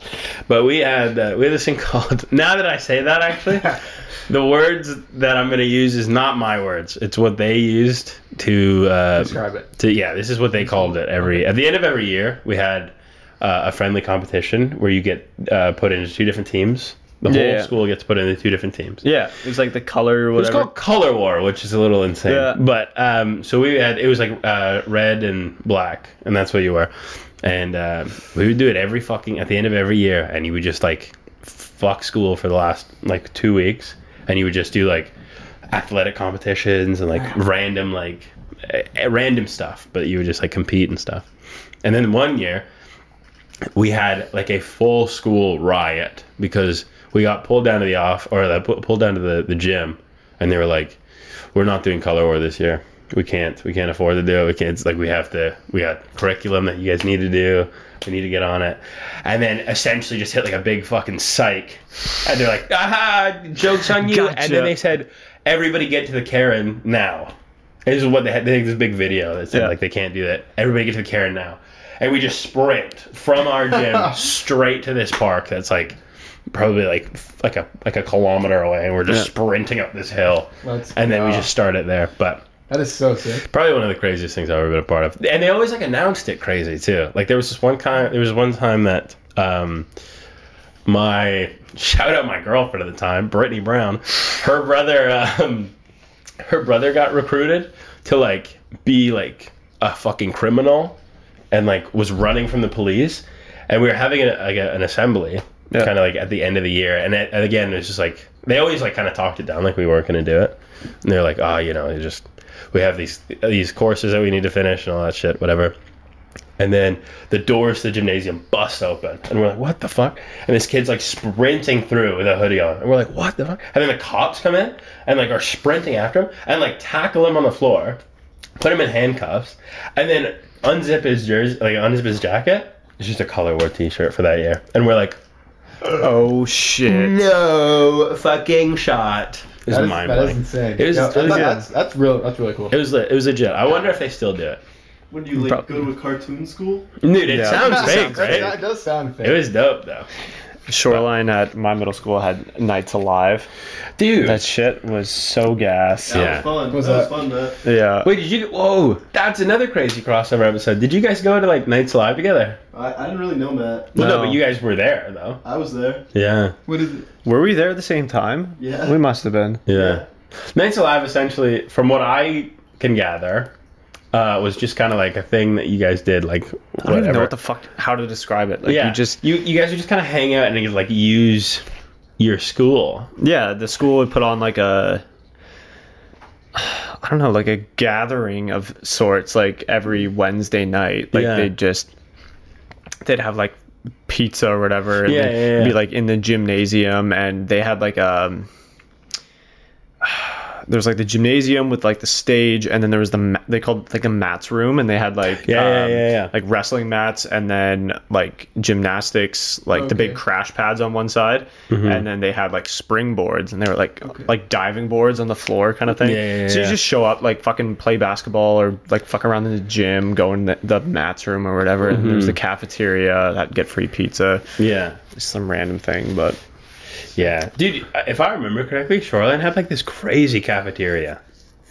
Speaker 1: But we had uh, we had this thing <laughs> called. Now that I say that, actually, the words that I'm gonna use is not my words. It's what they used to uh,
Speaker 2: Describe it.
Speaker 1: to yeah this is what they called it every at the end of every year we had uh, a friendly competition where you get uh, put into two different teams the whole
Speaker 3: Yeah.
Speaker 1: school gets put into two different teams
Speaker 3: Yeah, it was like the color or
Speaker 1: it was
Speaker 3: whatever.
Speaker 1: called color war which is a little insane
Speaker 3: Yeah.
Speaker 1: but um, so we had it was like uh, red and black and that's what you were and uh, we would do it every fucking at the end of every year and you would just like fuck school for the last like two weeks and you would just do like athletic competitions and
Speaker 3: <sighs>
Speaker 1: like random like eh, eh, random stuff but you would just like compete and stuff and then one year we had like a full school riot because we got pulled down to the off or the, pu- pulled down to the, the gym and they were like we're not doing color war this year we can't we can't afford to do it we can't it's like we have to we got curriculum that you guys need to do we need to get on it and then essentially just hit like a big fucking psych and they're like aha jokes on you and
Speaker 3: Gotcha.
Speaker 1: then they said everybody get to the karen now this is what they had. They had this big video that said
Speaker 3: Yeah.
Speaker 1: like they can't do that. Everybody get to the Karen now, and we just sprint from our
Speaker 3: <laughs>
Speaker 1: gym straight to this park that's like probably like f- like a like a kilometer away, and we're just
Speaker 3: Yeah.
Speaker 1: sprinting up this hill,
Speaker 2: Let's
Speaker 1: and then we
Speaker 2: go.
Speaker 1: just start it there. But
Speaker 2: That is so sick.
Speaker 1: probably one of the craziest things I've ever been a part of. And they always like announced it crazy too. Like there was this one time there was one time that um my <laughs> shout out my girlfriend at the time, Brittany Brown, her brother um her brother got recruited to like be like a fucking criminal and like was running from the police and we were having a, like a, an assembly
Speaker 3: Yeah.
Speaker 1: kind of like at the end of the year. And, it, and again, it's just like they always like kind of talked it down, like we weren't going to do it. And they're like, oh, you know, you just we have these these courses that we need to finish and all that shit, whatever. And then the doors to the gymnasium bust open, and we're like, "What the fuck?" And this kid's like sprinting through with a hoodie on, and we're like, "What the fuck?" And then the cops come in and like are sprinting after him and like tackle him on the floor, put him in handcuffs, and then unzip his jersey, like unzip his jacket. It's just a color war T-shirt for that year, and we're like,
Speaker 3: Oh shit.
Speaker 1: "No fucking shot!" It was
Speaker 2: That is,
Speaker 1: mind
Speaker 2: that is
Speaker 1: blowing.
Speaker 2: insane.
Speaker 1: It was-
Speaker 2: Yeah,
Speaker 1: it was
Speaker 2: that-
Speaker 1: good.
Speaker 2: that's, that's real. That's really cool.
Speaker 1: It was lit. It was legit. I wonder if they still do it.
Speaker 4: When do you like
Speaker 3: Prob-
Speaker 4: go to a cartoon school?
Speaker 1: Dude, it
Speaker 3: Yeah.
Speaker 2: <laughs>
Speaker 1: sounds
Speaker 2: That
Speaker 1: fake,
Speaker 2: sounds-
Speaker 1: right?
Speaker 2: That does sound fake.
Speaker 1: It was dope though,
Speaker 3: Shoreline at my middle school had nights alive.
Speaker 1: dude.
Speaker 3: That shit was so gas.
Speaker 4: That
Speaker 1: Yeah.
Speaker 4: was fun.
Speaker 2: Was that-
Speaker 4: that, was fun. That.
Speaker 3: Yeah.
Speaker 1: Wait, did you? Whoa, that's another crazy crossover episode. Did you guys go to like Nights Live together?
Speaker 4: I, I didn't really know Matt.
Speaker 1: Well, no,
Speaker 3: No.
Speaker 1: but you guys were there though.
Speaker 4: I was there.
Speaker 1: Yeah,
Speaker 4: What is it?
Speaker 3: Were we there at the same time?
Speaker 4: Yeah.
Speaker 3: We must have been.
Speaker 1: yeah. Nights Alive, essentially, from what I can gather, uh, was just kind of like a thing that you guys did, like
Speaker 3: I don't even know
Speaker 1: whatever.
Speaker 3: what the fuck how to describe it. Like
Speaker 1: yeah,
Speaker 3: you just
Speaker 1: you you guys would just kind of hang out and you could, like use your school.
Speaker 3: Yeah, the school would put on like a I don't know, like a gathering of sorts, like every Wednesday night. Like
Speaker 1: Yeah.
Speaker 3: they'd just they'd have like pizza or whatever. and
Speaker 1: Yeah,
Speaker 3: they'd
Speaker 1: yeah, yeah.
Speaker 3: Be like in the gymnasium, and they had like um. <sighs> There's like the gymnasium with like the stage, and then there was the ma- they called it, like a mats room, and they had like um,
Speaker 1: Yeah, yeah, yeah, yeah.
Speaker 3: like wrestling mats, and then like gymnastics, like the big
Speaker 2: Okay.
Speaker 3: crash pads on one side, and then they had like springboards, and they were like like diving boards on the floor kind of thing.
Speaker 1: Yeah, yeah, yeah,
Speaker 3: so you
Speaker 1: yeah.
Speaker 3: just show up like fucking play basketball or like fuck around in the gym, go in the, the mats room or whatever, and there's the cafeteria that get free pizza,
Speaker 1: Yeah,
Speaker 3: some random thing, but
Speaker 1: yeah, dude. If I remember correctly, Shoreline had like this crazy cafeteria.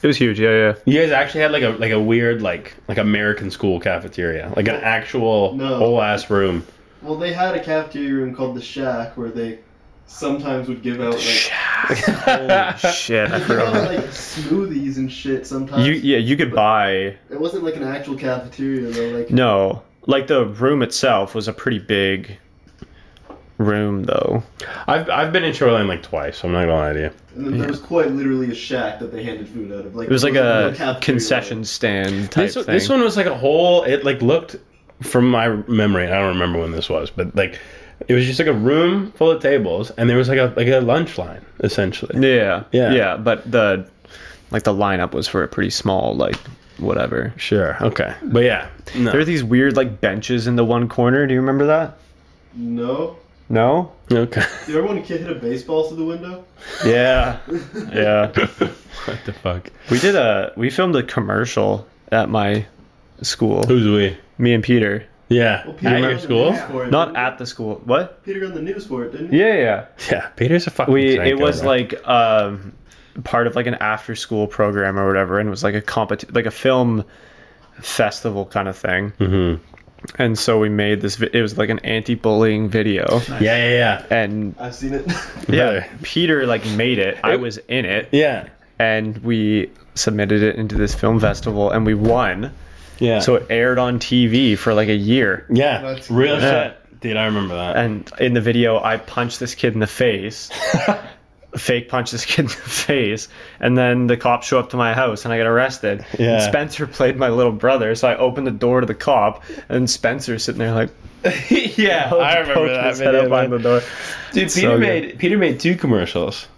Speaker 3: it was huge. Yeah, yeah.
Speaker 1: You guys actually had like a like a weird like like American school cafeteria, like an actual
Speaker 4: No.
Speaker 1: whole ass room.
Speaker 4: Well, they had a cafeteria room called the Shack where they sometimes would give out like,
Speaker 3: <laughs> Holy shit, I
Speaker 4: they give
Speaker 3: forgot.
Speaker 4: out,
Speaker 3: about
Speaker 4: like smoothies and shit
Speaker 3: that.
Speaker 4: sometimes.
Speaker 3: You yeah, you could buy
Speaker 4: It wasn't like an actual cafeteria though. Like
Speaker 3: no, like the room itself was a pretty big room though.
Speaker 1: I've I've been in Shoreline like twice. I'm not gonna lie to you.
Speaker 4: and then there was quite literally a shack that they handed food out of. Like
Speaker 3: It was like
Speaker 4: wasn't
Speaker 3: a
Speaker 4: cafeteria.
Speaker 3: concession stand type
Speaker 1: This,
Speaker 3: thing.
Speaker 1: this one was like a whole. It like looked from my memory. I don't remember when this was, but like it was just like a room full of tables, and there was like a like a lunch line essentially.
Speaker 3: Yeah.
Speaker 1: Yeah.
Speaker 3: Yeah. But the like the lineup was for a pretty small like whatever.
Speaker 1: Sure. Okay. But yeah. No.
Speaker 3: There were these weird like benches in the one corner. Do you remember that?
Speaker 4: No.
Speaker 3: No.
Speaker 1: okay.
Speaker 4: Did everyone kid hit a baseball through the window?
Speaker 3: Yeah.
Speaker 1: <laughs>
Speaker 3: yeah.
Speaker 1: what the fuck?
Speaker 3: We did a we filmed a commercial at my school.
Speaker 1: Who's we?
Speaker 3: Me and Peter.
Speaker 1: Yeah. at
Speaker 4: got
Speaker 1: your
Speaker 4: on the
Speaker 1: school?
Speaker 4: news for it,
Speaker 3: Not
Speaker 4: didn't
Speaker 3: at the school. What?
Speaker 4: he? Peter got on the news for it, didn't he?
Speaker 3: Yeah. Yeah.
Speaker 1: Yeah. Peter's a fucking.
Speaker 3: We
Speaker 1: crank
Speaker 3: it was
Speaker 1: over.
Speaker 3: like um part of like an after school program or whatever, and it was like a compet like a film festival kind of thing.
Speaker 1: Mhm.
Speaker 3: and so we made this vi- it was like an anti-bullying video
Speaker 1: Yeah. Yeah. Yeah.
Speaker 3: and
Speaker 4: I've seen it.
Speaker 3: yeah
Speaker 1: Brother.
Speaker 3: peter like made it i was in it
Speaker 1: Yeah.
Speaker 3: and we submitted it into this film festival and we won
Speaker 1: Yeah.
Speaker 3: so it aired on tv for like a year
Speaker 1: Yeah,
Speaker 2: That's
Speaker 1: real
Speaker 3: cool.
Speaker 1: shit. Dude, I remember that.
Speaker 3: and in the video i punched this kid in the face fake punched this kid in the face and then the cops show up to my house and i get arrested And
Speaker 1: Yeah.
Speaker 3: spencer played my little brother so i opened the door to the cop and spencer's sitting there like
Speaker 1: <laughs> yeah,
Speaker 3: poked his head up behind the door
Speaker 1: Dude, Peter
Speaker 3: so good.
Speaker 1: made Peter made two commercials,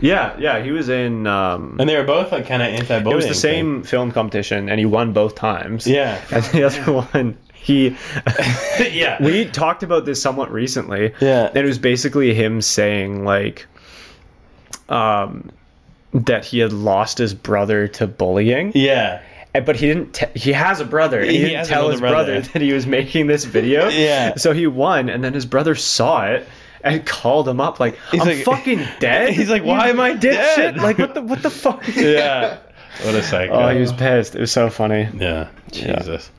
Speaker 3: Yeah, yeah, he was in. Um,
Speaker 1: and they were both like kind of anti-bullying.
Speaker 3: it was the same film competition, and he won both times.
Speaker 1: Yeah,
Speaker 3: <laughs> and the other one, he.
Speaker 1: <laughs>
Speaker 3: <laughs>
Speaker 1: yeah.
Speaker 3: we talked about this somewhat recently.
Speaker 1: Yeah.
Speaker 3: and it was basically him saying like, um, that he had lost his brother to bullying,
Speaker 1: <laughs> yeah,
Speaker 3: and- but he didn't. Te- he has a brother. and He,
Speaker 1: He
Speaker 3: didn't
Speaker 1: has
Speaker 3: tell
Speaker 1: another
Speaker 3: his brother.
Speaker 1: brother.
Speaker 3: that he was making this
Speaker 1: <laughs>
Speaker 3: video.
Speaker 1: Yeah.
Speaker 3: so he won, and then his brother saw it. And called him up like I'm
Speaker 1: like-
Speaker 3: fucking dead.
Speaker 1: <laughs> He's like,
Speaker 3: You
Speaker 1: "Why am I
Speaker 3: dipshit?"
Speaker 1: dead?
Speaker 3: Like what the what the fuck?
Speaker 1: <laughs> yeah. What a psycho.
Speaker 3: Oh, he was pissed. It was so funny.
Speaker 1: Yeah, Jesus.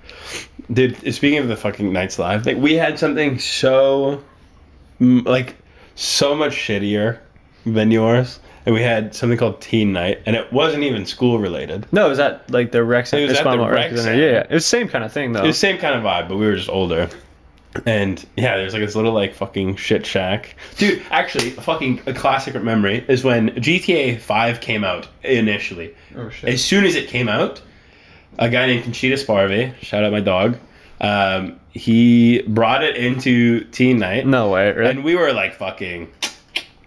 Speaker 1: Dude, speaking of the fucking Nights Live, like we had something so, mm, like, so much shittier than yours, and we had something called Teen Night, and it wasn't even school related.
Speaker 3: No, it was at like the rec center.
Speaker 1: was at the
Speaker 3: Esquimalt
Speaker 1: rec
Speaker 3: Rec Center.
Speaker 1: center.
Speaker 3: Yeah, yeah. It was the same kind of thing though.
Speaker 1: It was the same kind of vibe, but we were just older. And yeah, there's like this little like fucking shit shack. Dude, actually, a fucking a classic memory is when GTA 5 came out initially.
Speaker 2: Oh shit.
Speaker 1: As soon as it came out, a guy named Conchita Sparve, shout out my dog, um, he brought it into teen night.
Speaker 3: No way. Really?
Speaker 1: And we were like fucking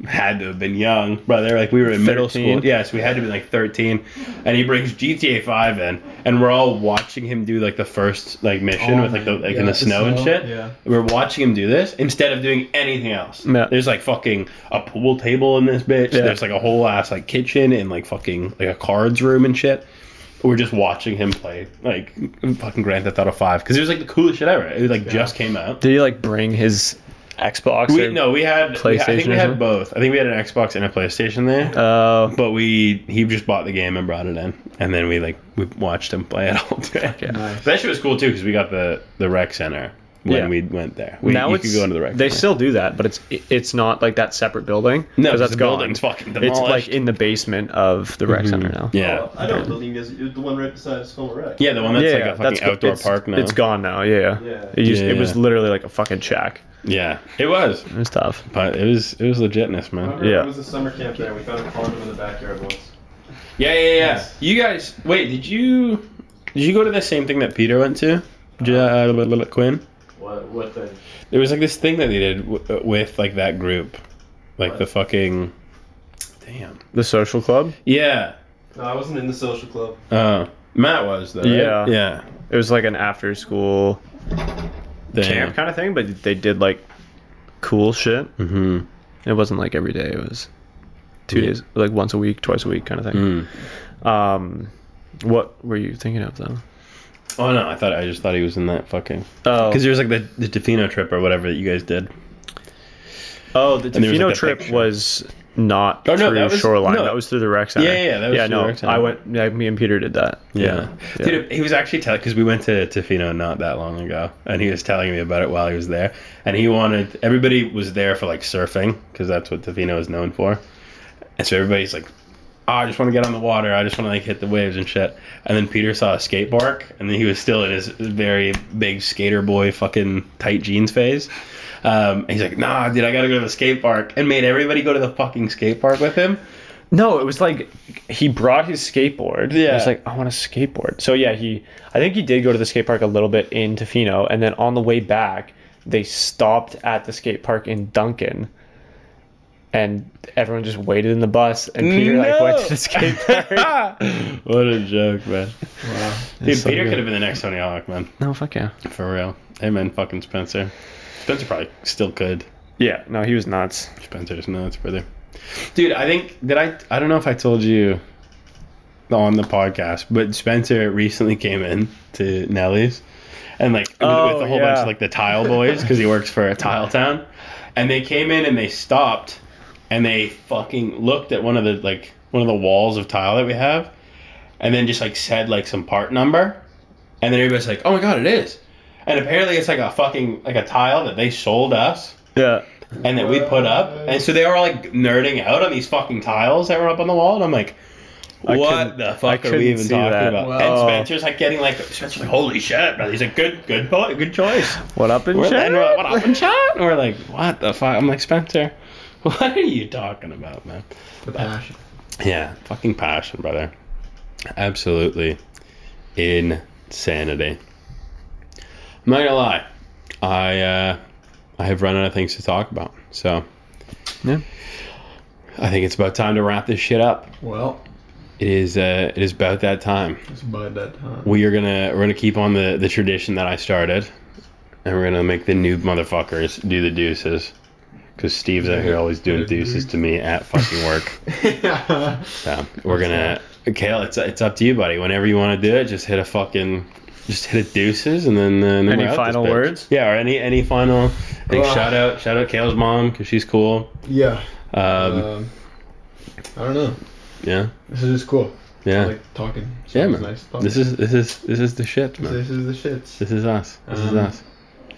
Speaker 1: had to have been young, brother. Like we were in middle
Speaker 3: Middle school.
Speaker 1: school. Yes, we had to be like thirteen. And he brings GTA Five in, and we're all watching him do like the first like mission
Speaker 2: Oh,
Speaker 1: with like the
Speaker 2: man.
Speaker 1: like
Speaker 2: Yeah,
Speaker 1: in the
Speaker 2: the
Speaker 1: snow, and
Speaker 2: snow,
Speaker 1: shit.
Speaker 2: yeah.
Speaker 1: We're watching him do this instead of doing anything else.
Speaker 3: Yeah.
Speaker 1: There's like fucking a pool table in this bitch.
Speaker 3: Yeah.
Speaker 1: There's like a whole ass like kitchen and like fucking like a cards room and shit. We're just watching him play like fucking Grand Theft Auto Five because it was like the coolest shit ever. It like just came out.
Speaker 3: Did he like bring his Xbox?
Speaker 1: We,
Speaker 3: or-
Speaker 1: no, we had PlayStation. I think
Speaker 3: PlayStation
Speaker 1: we
Speaker 3: or
Speaker 1: had
Speaker 3: something?
Speaker 1: both. I think we had an Xbox and a PlayStation there.
Speaker 3: Oh,
Speaker 1: but we he just bought the game and brought it in, and then we like we watched him play it all <laughs> day.
Speaker 3: yeah.
Speaker 1: But that shit was cool too because we got the the rec center when
Speaker 3: Yeah.
Speaker 1: we went there. We,
Speaker 3: now
Speaker 1: you
Speaker 3: it's
Speaker 1: could go into the rec.
Speaker 3: they
Speaker 1: center.
Speaker 3: still do that, but it's it's not like that separate building.
Speaker 1: no,
Speaker 3: 'cause
Speaker 1: 'cause
Speaker 3: that's
Speaker 1: the
Speaker 3: gone.
Speaker 1: building's fucking
Speaker 3: It's
Speaker 1: demolished. Mm-hmm.
Speaker 3: like in the basement of the rec center now.
Speaker 1: yeah,
Speaker 4: Oh, I don't believe you guys. The one right beside us, Home Rec.
Speaker 1: yeah, the one that's like a fucking
Speaker 3: go-
Speaker 1: outdoor
Speaker 3: it's-
Speaker 1: park now.
Speaker 3: It's gone now. Yeah, yeah.
Speaker 4: Yeah.
Speaker 3: It, used,
Speaker 1: Yeah,
Speaker 3: it was
Speaker 1: yeah.
Speaker 3: literally like a fucking shack.
Speaker 1: Yeah, it was,
Speaker 3: It was tough.
Speaker 1: but it was it was legitness,
Speaker 4: I
Speaker 1: man.
Speaker 4: remember
Speaker 3: Yeah.
Speaker 4: It was a summer camp there. We found a condom in the backyard once.
Speaker 1: Yeah, yeah, yeah. You guys, wait, did you did you go to the same thing that Peter went to? J- uh, Quinn.
Speaker 4: What? What the?
Speaker 1: There was like this thing that they did w- uh, with like that group, like
Speaker 4: What?
Speaker 1: the fucking. Damn.
Speaker 3: The social club.
Speaker 1: Yeah.
Speaker 4: No, I wasn't in the social club.
Speaker 1: Uh, Matt was though. right?
Speaker 3: Yeah.
Speaker 1: Yeah.
Speaker 3: It was like an after school camp
Speaker 1: Damn.
Speaker 3: kind of thing, but they did like cool shit.
Speaker 1: hmm
Speaker 3: It wasn't like every day. It was two
Speaker 1: Yeah.
Speaker 3: days, like once a week, twice a week, kind of thing.
Speaker 1: Mm.
Speaker 3: Um, what were you thinking of though?
Speaker 1: Oh no! I thought I just thought he was in that fucking
Speaker 3: Oh,
Speaker 1: because there was like the the Tofino trip or whatever that you guys did.
Speaker 3: oh, the
Speaker 1: there was,
Speaker 3: Tofino
Speaker 1: like, a
Speaker 3: trip
Speaker 1: picture.
Speaker 3: was not
Speaker 1: Oh, no,
Speaker 3: through
Speaker 1: that was-
Speaker 3: Shoreline.
Speaker 1: no.
Speaker 3: That was through the rec center.
Speaker 1: Yeah, yeah, yeah, that was
Speaker 3: yeah.
Speaker 1: through the
Speaker 3: No,
Speaker 1: rec center.
Speaker 3: I went. Yeah, me and Peter did that.
Speaker 1: Yeah.
Speaker 3: Yeah.
Speaker 1: Dude, he was actually telling because we went to Tofino not that long ago, and he was telling me about it while he was there. And he wanted everybody was there for like surfing because that's what Tofino is known for. And so everybody's like, "Ah, I just want to get on the water. I just want to like hit the waves and shit. And then Peter saw a skate park, and then he was still in his very big skater boy fucking tight jeans phase. Um, and he's like, Nah, dude, I gotta go to the skate park, and made everybody go to the fucking skate park with him.
Speaker 3: No, it was like he brought his skateboard. He
Speaker 1: Yeah.
Speaker 3: was like, I want a skateboard. So yeah, he I think he did go to the skate park a little bit in Tofino, and then on the way back, they stopped at the skate park in Duncan. And everyone just waited in the bus, and Peter like went to the <laughs> skate park.
Speaker 1: <laughs> what a joke, man.
Speaker 2: Wow.
Speaker 1: Dude,
Speaker 3: so
Speaker 1: Peter
Speaker 3: good.
Speaker 1: could have been the next Tony Hawk, man.
Speaker 3: no, fuck yeah.
Speaker 1: For real. Him and fucking Spencer. Spencer probably still could.
Speaker 3: Yeah, no, he was nuts.
Speaker 1: Spencer's nuts, brother. Dude, I think that I I don't know if I told you on the podcast, but Spencer recently came in to Nelly's and like
Speaker 3: Oh,
Speaker 1: with a whole
Speaker 3: yeah.
Speaker 1: bunch of like the tile boys because he works for
Speaker 3: <laughs>
Speaker 1: Tile Town, and they came in and they stopped and they fucking looked at one of the like one of the walls of tile that we have, and then just like said like some part number, and then everybody's like, oh my god, it is, and apparently it's like a fucking like a tile that they sold us
Speaker 3: Yeah.
Speaker 1: and that we put up. And so they were like nerding out on these fucking tiles that were up on the wall, and I'm like,
Speaker 3: I
Speaker 1: what
Speaker 3: couldn't-
Speaker 1: the
Speaker 3: I
Speaker 1: fuck are
Speaker 3: couldn't
Speaker 1: we even
Speaker 3: see
Speaker 1: talking
Speaker 3: that.
Speaker 1: about?
Speaker 2: Wow.
Speaker 1: And Spencer's like getting like Spencer's like, holy shit, brother. He's like, good, good, boy, good choice.
Speaker 3: What up in
Speaker 1: We're, and we're like, what up,
Speaker 3: chat?
Speaker 1: and shot? And we're like, what the fuck? I'm like, Spencer, <laughs> what are you talking about, man?
Speaker 2: The passion.
Speaker 1: Yeah, fucking passion, brother. Absolutely insanity. I'm not gonna lie, I uh, I have run out of things to talk about, so
Speaker 3: Yeah.
Speaker 1: I think it's about time to wrap this shit up.
Speaker 2: Well,
Speaker 1: It is uh, it is about that time.
Speaker 2: it's about that time.
Speaker 1: We are gonna we're gonna keep on the the tradition that I started, and we're gonna make the noob motherfuckers do the deuces, because Steve's out here always doing deuces to me at fucking work. So we're gonna, Kale. It's it's up to you, buddy. Whenever you want to do it, just hit a fucking, just hit a deuces, and then, uh, then
Speaker 3: Any
Speaker 1: we're out
Speaker 3: final
Speaker 1: this bitch.
Speaker 3: words?
Speaker 1: Yeah, or any any final. Any
Speaker 2: Ugh.
Speaker 1: shout out, shout out Kale's mom because she's cool.
Speaker 2: <laughs> yeah.
Speaker 1: Um,
Speaker 2: Um, I don't know.
Speaker 1: yeah,
Speaker 2: This is just cool.
Speaker 1: yeah,
Speaker 2: I like talking. So
Speaker 1: yeah,
Speaker 2: it's
Speaker 1: man.
Speaker 2: Nice talking.
Speaker 1: this is this is this is the shit, man.
Speaker 2: this is the shits.
Speaker 1: This is us. This is
Speaker 2: Um,
Speaker 1: us.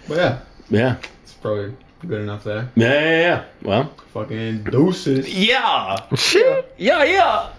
Speaker 2: But yeah,
Speaker 1: Yeah.
Speaker 2: it's probably good enough there.
Speaker 1: Yeah, yeah, yeah. Well.
Speaker 2: Fucking doses.
Speaker 1: Yeah. yeah, yeah.